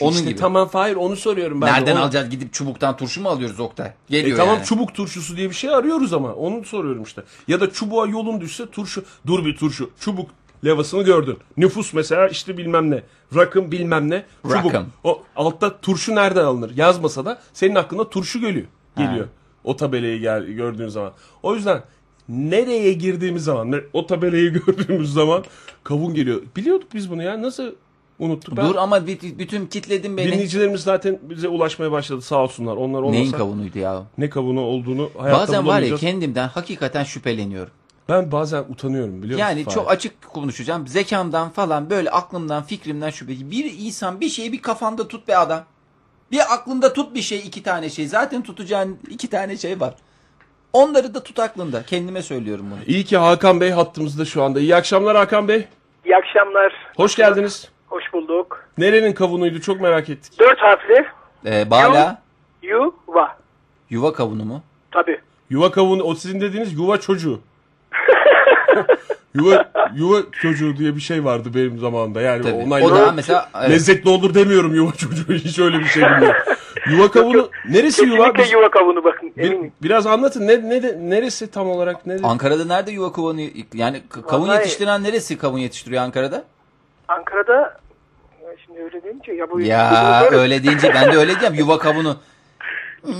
Onun İşte gibi. tamam Fahir onu soruyorum ben. de. Nereden Onu- alacağız? Gidip çubuktan turşu mu alıyoruz Oktay? E, Geliyor tamam yani. çubuk turşusu diye bir şey arıyoruz ama onu soruyorum işte. Ya da çubuğa yolun düşse turşu dur bir turşu çubuk levasını gördün. Nüfus mesela işte bilmem ne. Rakım bilmem ne. Çubuk. Rakım. O altta turşu nereden alınır? Yazmasa da senin aklına turşu gölü geliyor. O tabelayı gel, gördüğün zaman. O yüzden nereye <laughs> girdiğimiz zaman ne- o tabelayı gördüğümüz zaman kavun geliyor. Biliyorduk biz bunu ya. Nasıl Unuttuk. Ben- Dur ama bit- bütün kitledin beni. Dinleyicilerimiz zaten bize ulaşmaya başladı sağ olsunlar. Onlar olmasa Neyin kavunuydu ya? ne kavunu olduğunu hayatta Bazen var ya bulamayacağız. kendimden hakikaten şüpheleniyorum. Ben bazen utanıyorum biliyor musun? Yani Fahir? çok açık konuşacağım. Zekamdan falan böyle aklımdan fikrimden şüphe. Bir insan bir şeyi bir kafanda tut be adam. Bir aklında tut bir şey iki tane şey. Zaten tutacağın iki tane şey var. Onları da tut aklında. Kendime söylüyorum bunu. İyi ki Hakan Bey hattımızda şu anda. İyi akşamlar Hakan Bey. İyi akşamlar. Hoş geldiniz. Hoş bulduk. Nerenin kavunuydu çok merak ettik. Dört harfli Ee, bala yuva. yuva kavunu mu? Tabii. Yuva kavunu o sizin dediğiniz yuva <laughs> çocuğu. yuva yuva çocuğu diye bir şey vardı benim zamanımda. Yani Tabii. onaylı- O da mesela evet. lezzetli olur demiyorum yuva çocuğu. <laughs> Hiç öyle bir şey bilmiyorum. yuva kavunu neresi yuva? Kesinlikle Biz- yuva kavunu bakın bir- eminim. biraz anlatın. Ne, ne de- neresi tam olarak? Ne, Ankara'da nerede yuva kavunu yani k- kavun Vallahi- yetiştiren neresi kavun yetiştiriyor Ankara'da? Ankara'da Ya şimdi öyle deyince ya <laughs> bu Ya öyle deyince ben de öyle diyeceğim yuva kavunu.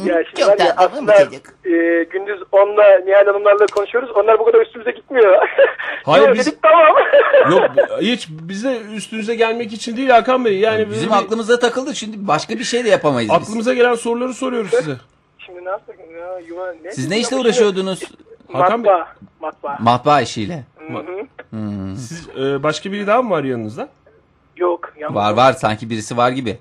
ya şimdi var ya, aslında e, gündüz onunla Nihal Hanımlarla konuşuyoruz. Onlar bu kadar üstümüze gitmiyor. <laughs> Hayır, Yok biz- dedik tamam. Yok hiç bize üstünüze gelmek için değil Hakan Bey. Yani Bizim böyle bir- aklımıza takıldı şimdi başka bir şey de yapamayız biz. aklımıza gelen soruları soruyoruz size. şimdi ne yapsak ya yuva ne? Siz ne işle uğraşıyordunuz? Hakan Bey. Matbaa. Matbaa. Matbaa işiyle. Siz e, başka biri daha mı var yanınızda? Yok. Yalnız Var var sanki birisi var gibi.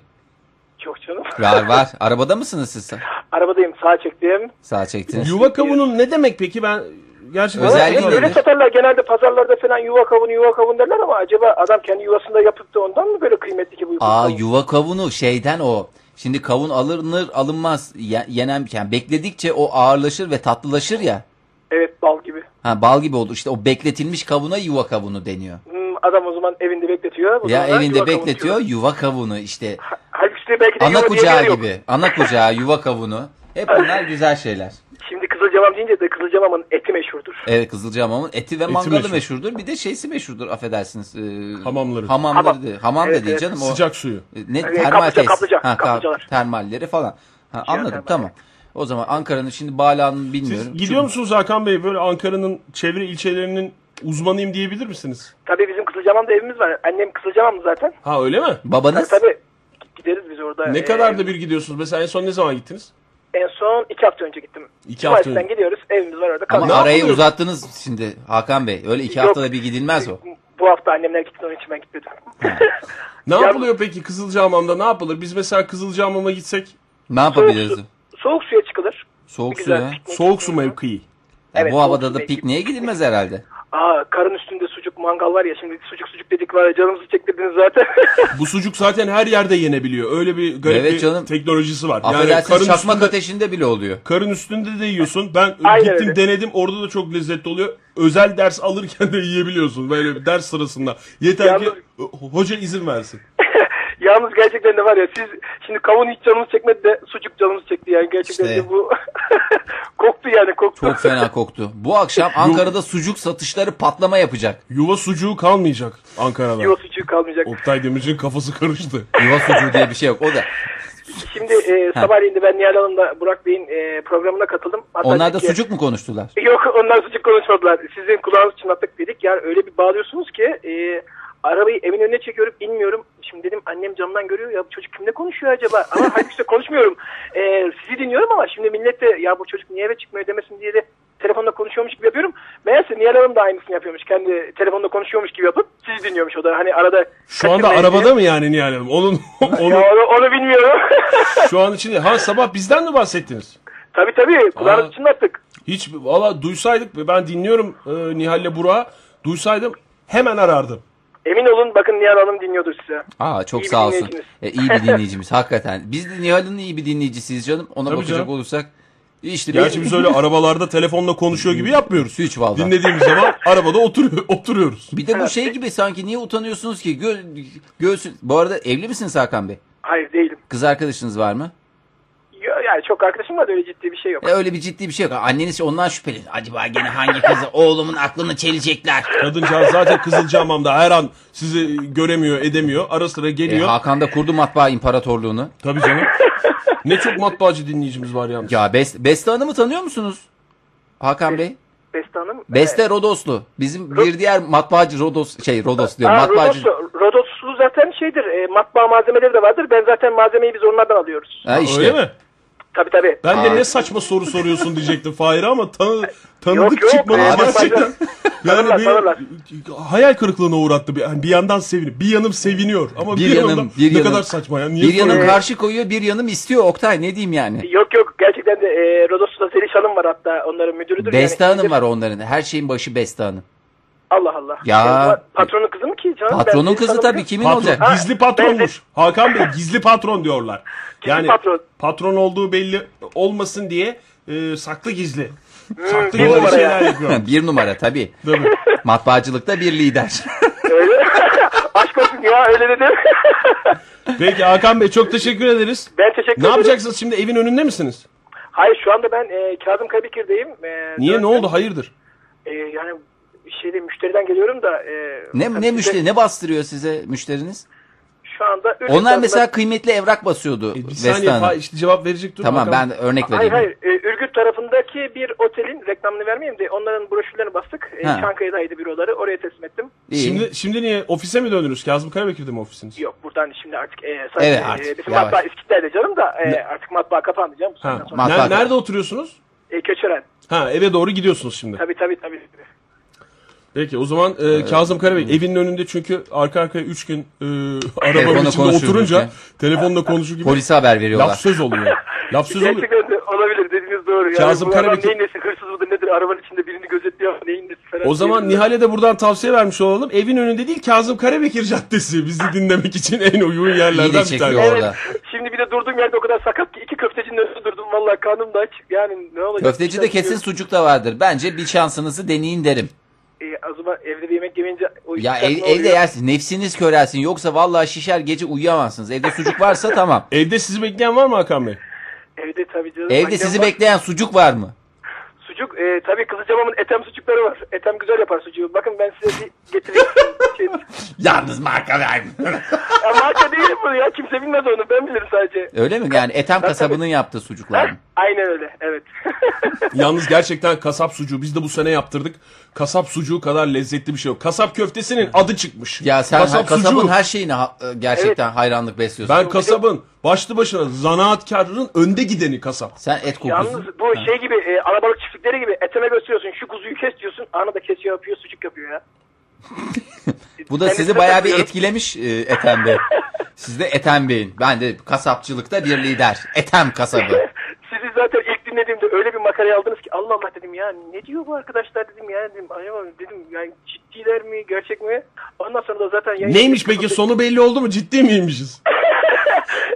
Yok canım. <laughs> Var var. Arabada mısınız siz? Arabadayım sağa çektim. Sağ çektiniz. Yuva kavunun ne demek peki ben gerçekten Özelliği Özellikle nedir? Böyle satarlar genelde pazarlarda falan yuva kavunu yuva kavunu derler ama acaba adam kendi yuvasında yapıp da ondan mı böyle kıymetli ki bu yuva Aa kavunu? yuva kavunu şeyden o. Şimdi kavun alınır alınmaz ye- yenen yani bekledikçe o ağırlaşır ve tatlılaşır ya. Evet bal gibi. Ha bal gibi olur. İşte o bekletilmiş kavuna yuva kavunu deniyor. Hmm, adam o zaman evinde bekletiyor. O Ya zaman evinde yuva kavunu bekletiyor diyor. yuva kavunu <laughs> işte. Halbuki de belki de Ana yuva diye bir yer kucağı yok. gibi. Ana kucağı yuva kavunu. Hep bunlar güzel şeyler. Şimdi Kızılcamam deyince de Kızılcamam'ın eti meşhurdur. Evet Kızılcahamam'ın eti ve mangalı meşhur. meşhurdur. Bir de şeysi meşhurdur affedersiniz. Ee, Hamamları. Hamamları. Hamam. de- Hamam Evet, da değil evet. canım. O, sıcak suyu. E, Ne Hani termal kaplıca, tesis. kaplıca, Ha, ka- kaplıcalar. termalleri falan. Ha, anladım termaller. tamam. O zaman Ankara'nın şimdi Bala'nın bilmiyorum. Siz gidiyor musunuz Hakan Bey böyle Ankara'nın çevre ilçelerinin uzmanıyım diyebilir misiniz? Tabii bizim Kızılcamam'da evimiz var. Annem Kızılcamam'lı zaten. Ha öyle mi? Babanız E, Tabii gideriz biz orada. Ne Ee, kadar da bir gidiyorsunuz? Mesela en son ne zaman gittiniz? En son iki hafta önce gittim. İki hafta Sivas'tan önce. gidiyoruz. Evimiz var orada. ama kalıyoruz. arayı yapılıyor? uzattınız şimdi Hakan Bey. Öyle iki Yok. haftada bir gidilmez o. Bu hafta annemler gitti onun için ben gitmedim. Ne yapılıyor peki Kızılcahamam'da ne yapılır? Biz mesela Kızılcahamam'a gitsek Ne yapabiliriz? Soğuk suya çıkılır. Soğuk Güzel suya. piknik. soğuk su mevkii. Evet, bu havada soğuk da suya pikniğe gidilmez herhalde. Aa karın üstünde sucuk mangal var ya şimdi sucuk sucuk dedik var ya canımızı çektirdiniz zaten. <laughs> Bu sucuk zaten her yerde yenebiliyor. Öyle bir garip Evet bir canım. teknolojisi var. Affedersiniz karın çakmak üstünde- ateşinde bile oluyor. Karın üstünde de yiyorsun. Ben Aynen gittim öyle. denedim. Orada da çok lezzetli oluyor. Özel ders alırken de yiyebiliyorsun. Böyle bir ders sırasında. Yeter Yalnız- ki ho- hoca izin versin. Yalnız gerçekten de var ya siz şimdi kavun hiç canımız çekmedi de sucuk canımız çekti yani gerçekten İşte. de bu <laughs> koktu yani <laughs> koktu. Çok fena koktu. Bu akşam Ankara'da sucuk satışları patlama yapacak. Yuva sucuğu kalmayacak Ankara'da. Yiyor sucuğu kalmayacak. Oktay Demirci'nin kafası <laughs> karıştı. Yuva sucuğu diye bir şey yok. O da. Şimdi e, sabahleyin de ben Nihal Hanım'la Burak Bey'in e, programına katıldım. Hatta Onlar da dedi ki- sucuk mu konuştular? Yok onlar sucuk konuşmadılar. Sizin kulağınızı çınlattık dedik. Yani öyle bir bağlıyorsunuz ki e, arabayı evin önüne çekiyorum inmiyorum. Şimdi dedim annem camdan görüyor ya bu çocuk kimle konuşuyor acaba? <laughs> Ama halbuki de konuşmuyorum. E, sizi dinliyorum ama şimdi millet de ya bu çocuk niye eve çıkmıyor demesin diye de telefonla konuşuyormuş gibi yapıyorum. Meğerse Nihal Hanım da aynısını yapıyormuş. Kendi telefonla konuşuyormuş gibi yapıp sizi dinliyormuş o da. Hani arada Şu anda kaçırmayın diye. arabada mı yani Nihal Hanım? Onun, <laughs> Ya onun onu, onu <laughs> bilmiyorum. şu an içinde. Ha sabah bizden mi bahsettiniz? tabii tabii kulağınızı Aa. çınlattık. Hiç valla duysaydık ben dinliyorum e, Nihal'le Burak'ı. Duysaydım hemen arardım. Emin olun bakın Nihal Hanım dinliyordur size. Aa çok İyi bir sağ olsun. dinleyicimiz. E, iyi <laughs> bir dinleyicimiz hakikaten. Biz de Nihal'in iyi bir dinleyicisiyiz canım. Ona Tabii bakacak canım. olursak. İşte Gerçi biz öyle arabalarda telefonla konuşuyor gibi yapmıyoruz. Hiç vallahi. Dinlediğimiz zaman arabada oturuyor, oturuyoruz. Bir de bu şey gibi sanki niye utanıyorsunuz ki? Gö göğsün. Bu arada evli misiniz Hakan Bey? Hayır değilim. Kız arkadaşınız var mı? Yo- Yani çok arkadaşım var da öyle ciddi bir şey yok. E, öyle bir ciddi bir şey yok. Anneniz ondan şüpheli. Acaba gene hangi kızı oğlumun aklını çelecekler? Kadıncağız zaten Kızılcahamam'da her an sizi göremiyor, edemiyor. Ara sıra E, geliyor. Hakan da kurdu matbaa imparatorluğunu. Tabii canım. Ne çok matbaacı dinleyicimiz var yalnız. Ya Best Beste Hanım'ı tanıyor musunuz? Hakan Bey. Beste Hanım. Beste Rodoslu. Bizim bir diğer matbaacı Rodos şey Rodos diyor. Aa, matbaacı. Rodoslu, Rodoslu bu zaten şeydir e, matbaa malzemeleri de vardır. Ben zaten malzemeyi biz onlardan alıyoruz. Ha işte. Öyle mi? Tabii tabii. Ben Aa. de ne saçma soru soruyorsun diyecektim Fahir'e ama tanı, tanıdık Yok, yok. çıkmadı Abi, gerçekten. Yani Tanırlar, bir tanırlar. hayal kırıklığına uğrattı. Bir, yani bir yandan seviniyor. Bir yanım seviniyor ama bir, Bir yanım, yandan bir ne yanım. kadar saçma ya. Niye Bir yanım soruyor? karşı koyuyor, bir yanım istiyor. Oktay ne diyeyim yani? Yok yok gerçekten de e, Rodos'ta Zeliş Hanım var hatta onların müdürüdür. Beste yani. Hanım var onların. Her şeyin başı Beste Hanım. Allah Allah. Ya. Yani patronun kızı mı ki canım? Patronun Ben kızı Zeliş tabii Hanım'ı- kimin Patron, <laughs> olacak? Gizli patronmuş. Hakan Bey gizli patron diyorlar. Yani patron. patron. olduğu belli olmasın diye e, saklı gizli. Saklı Hmm, bir gizli numara şeyler ya. <laughs> yapıyor. bir numara tabii. Değil mi? Matbaacılıkta bir lider. <laughs> Öyle. <laughs> Aşk olsun ya öyle dedim. <laughs> Peki Hakan Bey çok teşekkür ederiz. ben teşekkür Ne ederim. yapacaksınız şimdi evin önünde misiniz? Hayır şu anda ben e, Kazım Kabikir'deyim. E, Niye ne döndüm. oldu hayırdır? E, yani şeyde müşteriden geliyorum da. E, ne tabii ne size- müşteri ne bastırıyor size müşteriniz? Şu anda. üç Onlar tarafından- mesela kıymetli evrak basıyordu E, bir Beste saniye Fa- Hanım. işte cevap verecek dur. Tamam Hakan ben örnek Hayır vereyim. hayır. E, Ürgüt tarafındaki bir otelin reklamını vermeyeyim de onların broşürlerini bastık. E, Ha. Çankaya'daydı büroları. Oraya teslim ettim. İyi. Şimdi şimdi niye ofise mi dönürüz? Kazım Karabekir'de mi ofisiniz? Yok buradan şimdi artık e, sadece Evet, artık, e, bizim yavaş. matbaa İskitler'de canım da e, artık matbaa kapandı canım. Ha. Sonra, Ma- Ne- Matbaa- nerede oturuyorsunuz? e, Köçeren. Ha eve doğru gidiyorsunuz şimdi. Tabii tabii tabii. Peki o zaman e, Kazım Karabek evinin önünde çünkü arka arkaya 3 gün e, arabanın Telefonla içinde konuşuyoruz oturunca ya. telefonla konuşur gibi Polise haber veriyorlar. laf söz oluyor. laf söz oluyor. Gerçekten de olabilir dediğiniz doğru. Yani Kazım bu adam Karabekir- neyin nesi hırsız mıdır nedir arabanın içinde birini gözetliyor neyin nesi falan. O zaman Diyebilirim. Nihal'e de buradan tavsiye vermiş olalım. Evin önünde değil Kazım Karabekir Caddesi bizi dinlemek için en uygun İyi yerlerden de bir çekiyor tanesi. orada. Şimdi bir de durduğum yerde o kadar sakat ki iki köftecinin önünde durdum vallahi karnım da aç. Yani ne olacak? şey Köfteci de kesin sucuk da vardır. Bence bir şansınızı deneyin derim. E, o zaman evde bir yemek yemeyince o Ya işler ev- ne evde oluyor? yersin. Nefsiniz körelsin. Yoksa vallahi şişer gece uyuyamazsınız. Evde sucuk varsa <laughs> tamam. Evde sizi bekleyen var mı Hakan Bey? Evde tabii canım. Evde Annem sizi var. bekleyen sucuk var mı? Sucuk e, tabii Kızılcamam'ın etem sucukları var. Etem güzel yapar sucuğu. Bakın ben size bir getireyim. şey, Yalnız marka vermiyorum. ya marka değil bu ya kimse bilmez onu ben bilirim sadece. Öyle mi? Yani Ethem kasabının yaptığı sucuklar mı? Aynen öyle evet. Yalnız gerçekten kasap sucuğu biz de bu sene yaptırdık. Kasap sucuğu kadar lezzetli bir şey yok. Kasap köftesinin adı çıkmış. Ya sen ha- kasabın sucuğu. her şeyine ha- e, gerçekten hayranlık besliyorsun. Ben kasabın başlı başına zanaatkarının önde gideni kasap. Sen et kokuyorsun. Yalnız bu şey gibi e, alabalık çiftlikleri gibi eteme gösteriyorsun şu kuzuyu kes diyorsun anı da kesiyor yapıyor sucuk yapıyor ya. Bu da Ben sizi size bayağı bir katılıyorum. etkilemiş e, Ethem <laughs> Bey. Siz de Ethem Bey'in. Ben de kasapçılıkta bir lider. Ethem <laughs> kasabı. Sizi zaten ilk dinlediğimde öyle bir makale aldınız ki Allah Allah dedim ya ne diyor bu arkadaşlar dedim ya dedim acaba dedim yani ciddiler mi gerçek mi? Ondan sonra da zaten yayın- Neymiş <laughs> peki sonu belli oldu mu? Ciddi miymişiz?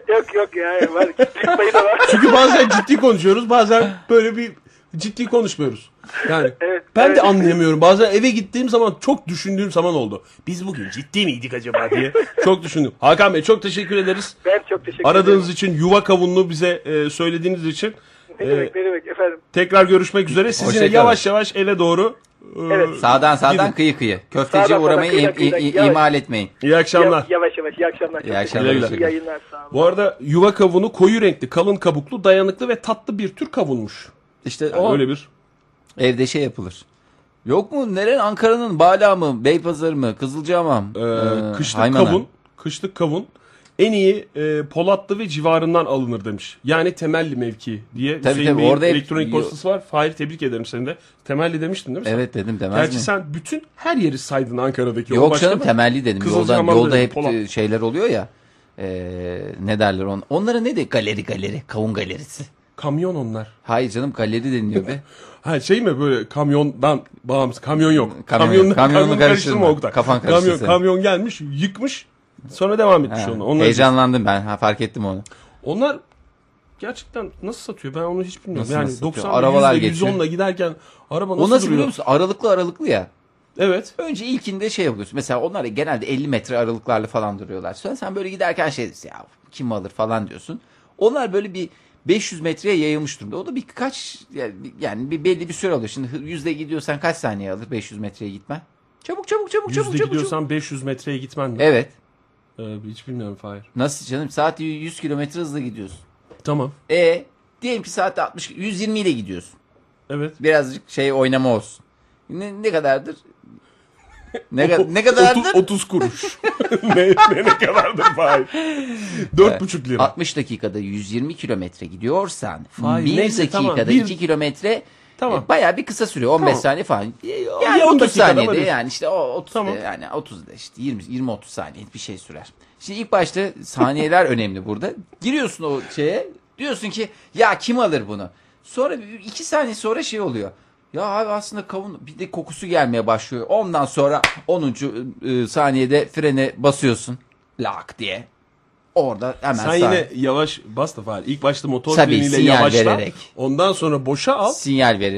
Yok yok ya var ciddilik payı da var. Çünkü bazen ciddi konuşuyoruz bazen böyle bir ciddi konuşmuyoruz. Yani Evet, ben evet. de anlayamıyorum. Bazen eve gittiğim zaman çok düşündüğüm zaman oldu. Biz bugün ciddi miydik acaba diye çok düşündüm. Hakan Bey çok teşekkür ederiz. Ben çok teşekkür Aradığınız ederim. için yuva kavunlu bize e, söylediğiniz için e, Ne demek ne demek efendim. tekrar görüşmek üzere. Sizinle Hoşçakalın. yavaş yavaş eve doğru e, Evet. Sağdan sağdan Gidin. kıyı kıyı. Köfteciye Sağdan sağdan, uğramayı kıyıdan im- i- i- kıyıdan. ihmal etmeyin. iyi akşamlar. Ya- Yavaş yavaş. iyi akşamlar. Çok akşamlar, teşekkür ederim. iyi İyi yayınlar. Sağ olun. Bu arada yuva kavunu koyu renkli, kalın kabuklu, dayanıklı ve tatlı bir tür kavunmuş. İşte Yani o öyle bir. evde şey yapılır. Yok mu? Neren? Ankara'nın Bala mı? Beypazarı mı? Kızılcahamam? Ee, mı? kışlık kavun, kışlık kavun en iyi e, Polatlı ve civarından alınır demiş. Yani temelli mevki diye. Tabii, Hüseyin tabii, Bey'in orada hep- elektronik postası var. Fahir tebrik ederim seni de. Temelli demiştin değil mi? sen? Evet dedim demez Gerçi mi? sen bütün her yeri saydın Ankara'daki. o Yok başka canım da- temelli dedim. Yoldan, Kızılcahamam yolda dedim, hep Polat. e, şeyler oluyor ya. Ee, ne derler on, onlara ne de galeri galeri kavun galerisi. Kamyon onlar. Hayır canım galeri <laughs> deniliyor be. Ha şey mi böyle kamyondan bağımsız. Kamyon yok. Kamyon yok. Kamyonla karıştırma. Oktay? Kafan karıştı kamyon, senin. kamyon gelmiş yıkmış sonra devam etmiş Ha, onu. Onlar, heyecanlandım ben. Ha, fark ettim onu. Onlar gerçekten nasıl satıyor ben onu hiç bilmiyorum. Nasıl- yani nasıl satıyor? 90 Arabalar Arabalar 100 geçiyor. 110'la giderken araba nasıl, O nasıl duruyor? biliyor musun? Aralıklı aralıklı ya. Evet. Önce ilkinde şey yapıyorsun. Mesela onlar da genelde 50 metre aralıklarla falan duruyorlar. Sonra sen böyle giderken şey diyorsun ya kim alır falan diyorsun. Onlar böyle bir 500 metreye yayılmış durumda. O da birkaç yani bir- yani bir belli bir süre alıyor. Şimdi hı- yüzde gidiyorsan kaç saniye alır 500 metreye gitmen? Çabuk çabuk çabuk çabuk Yüzde çabuk. çabuk. gidiyorsan 500 metreye gitmen mi? Evet. Ee, hiç bilmiyorum Fahir. Nasıl canım? Saat 100 kilometre hızla gidiyorsun. Tamam. E diyelim ki saatte 60 120 ile gidiyorsun. Evet. Birazcık şey oynama olsun. Ne, ne kadardır? Ne, ka- ne kadardır? 30, 30 <laughs> kuruş. ne, ne, ne kadardır Fahir? 4,5 lira. 60 dakikada 120 kilometre gidiyorsan Fay, 1 neyse, tamam, dakikada bir- 2 kilometre Tamam. e, bayağı bir kısa sürüyor. 15 Tamam. saniye falan. E, ya Yani 30 30 dakikada saniyede varır. yani işte o 30 Tamam. de yani 30 da işte 20 20 30 saniye bir şey sürer. Şimdi ilk başta <laughs> saniyeler önemli burada. Giriyorsun o şeye diyorsun ki ya kim alır bunu? Sonra 2 saniye sonra şey oluyor. Ya abi aslında kavun bir de kokusu gelmeye başlıyor. Ondan sonra 10. e, saniyede frene basıyorsun. Lak diye. Orada hemen Sen saniye- yine yavaş bas da Fahir. İlk başta motor Tabii, freniyle sinyal yavaşla. vererek. Ondan sonra boşa al. sinyal verir.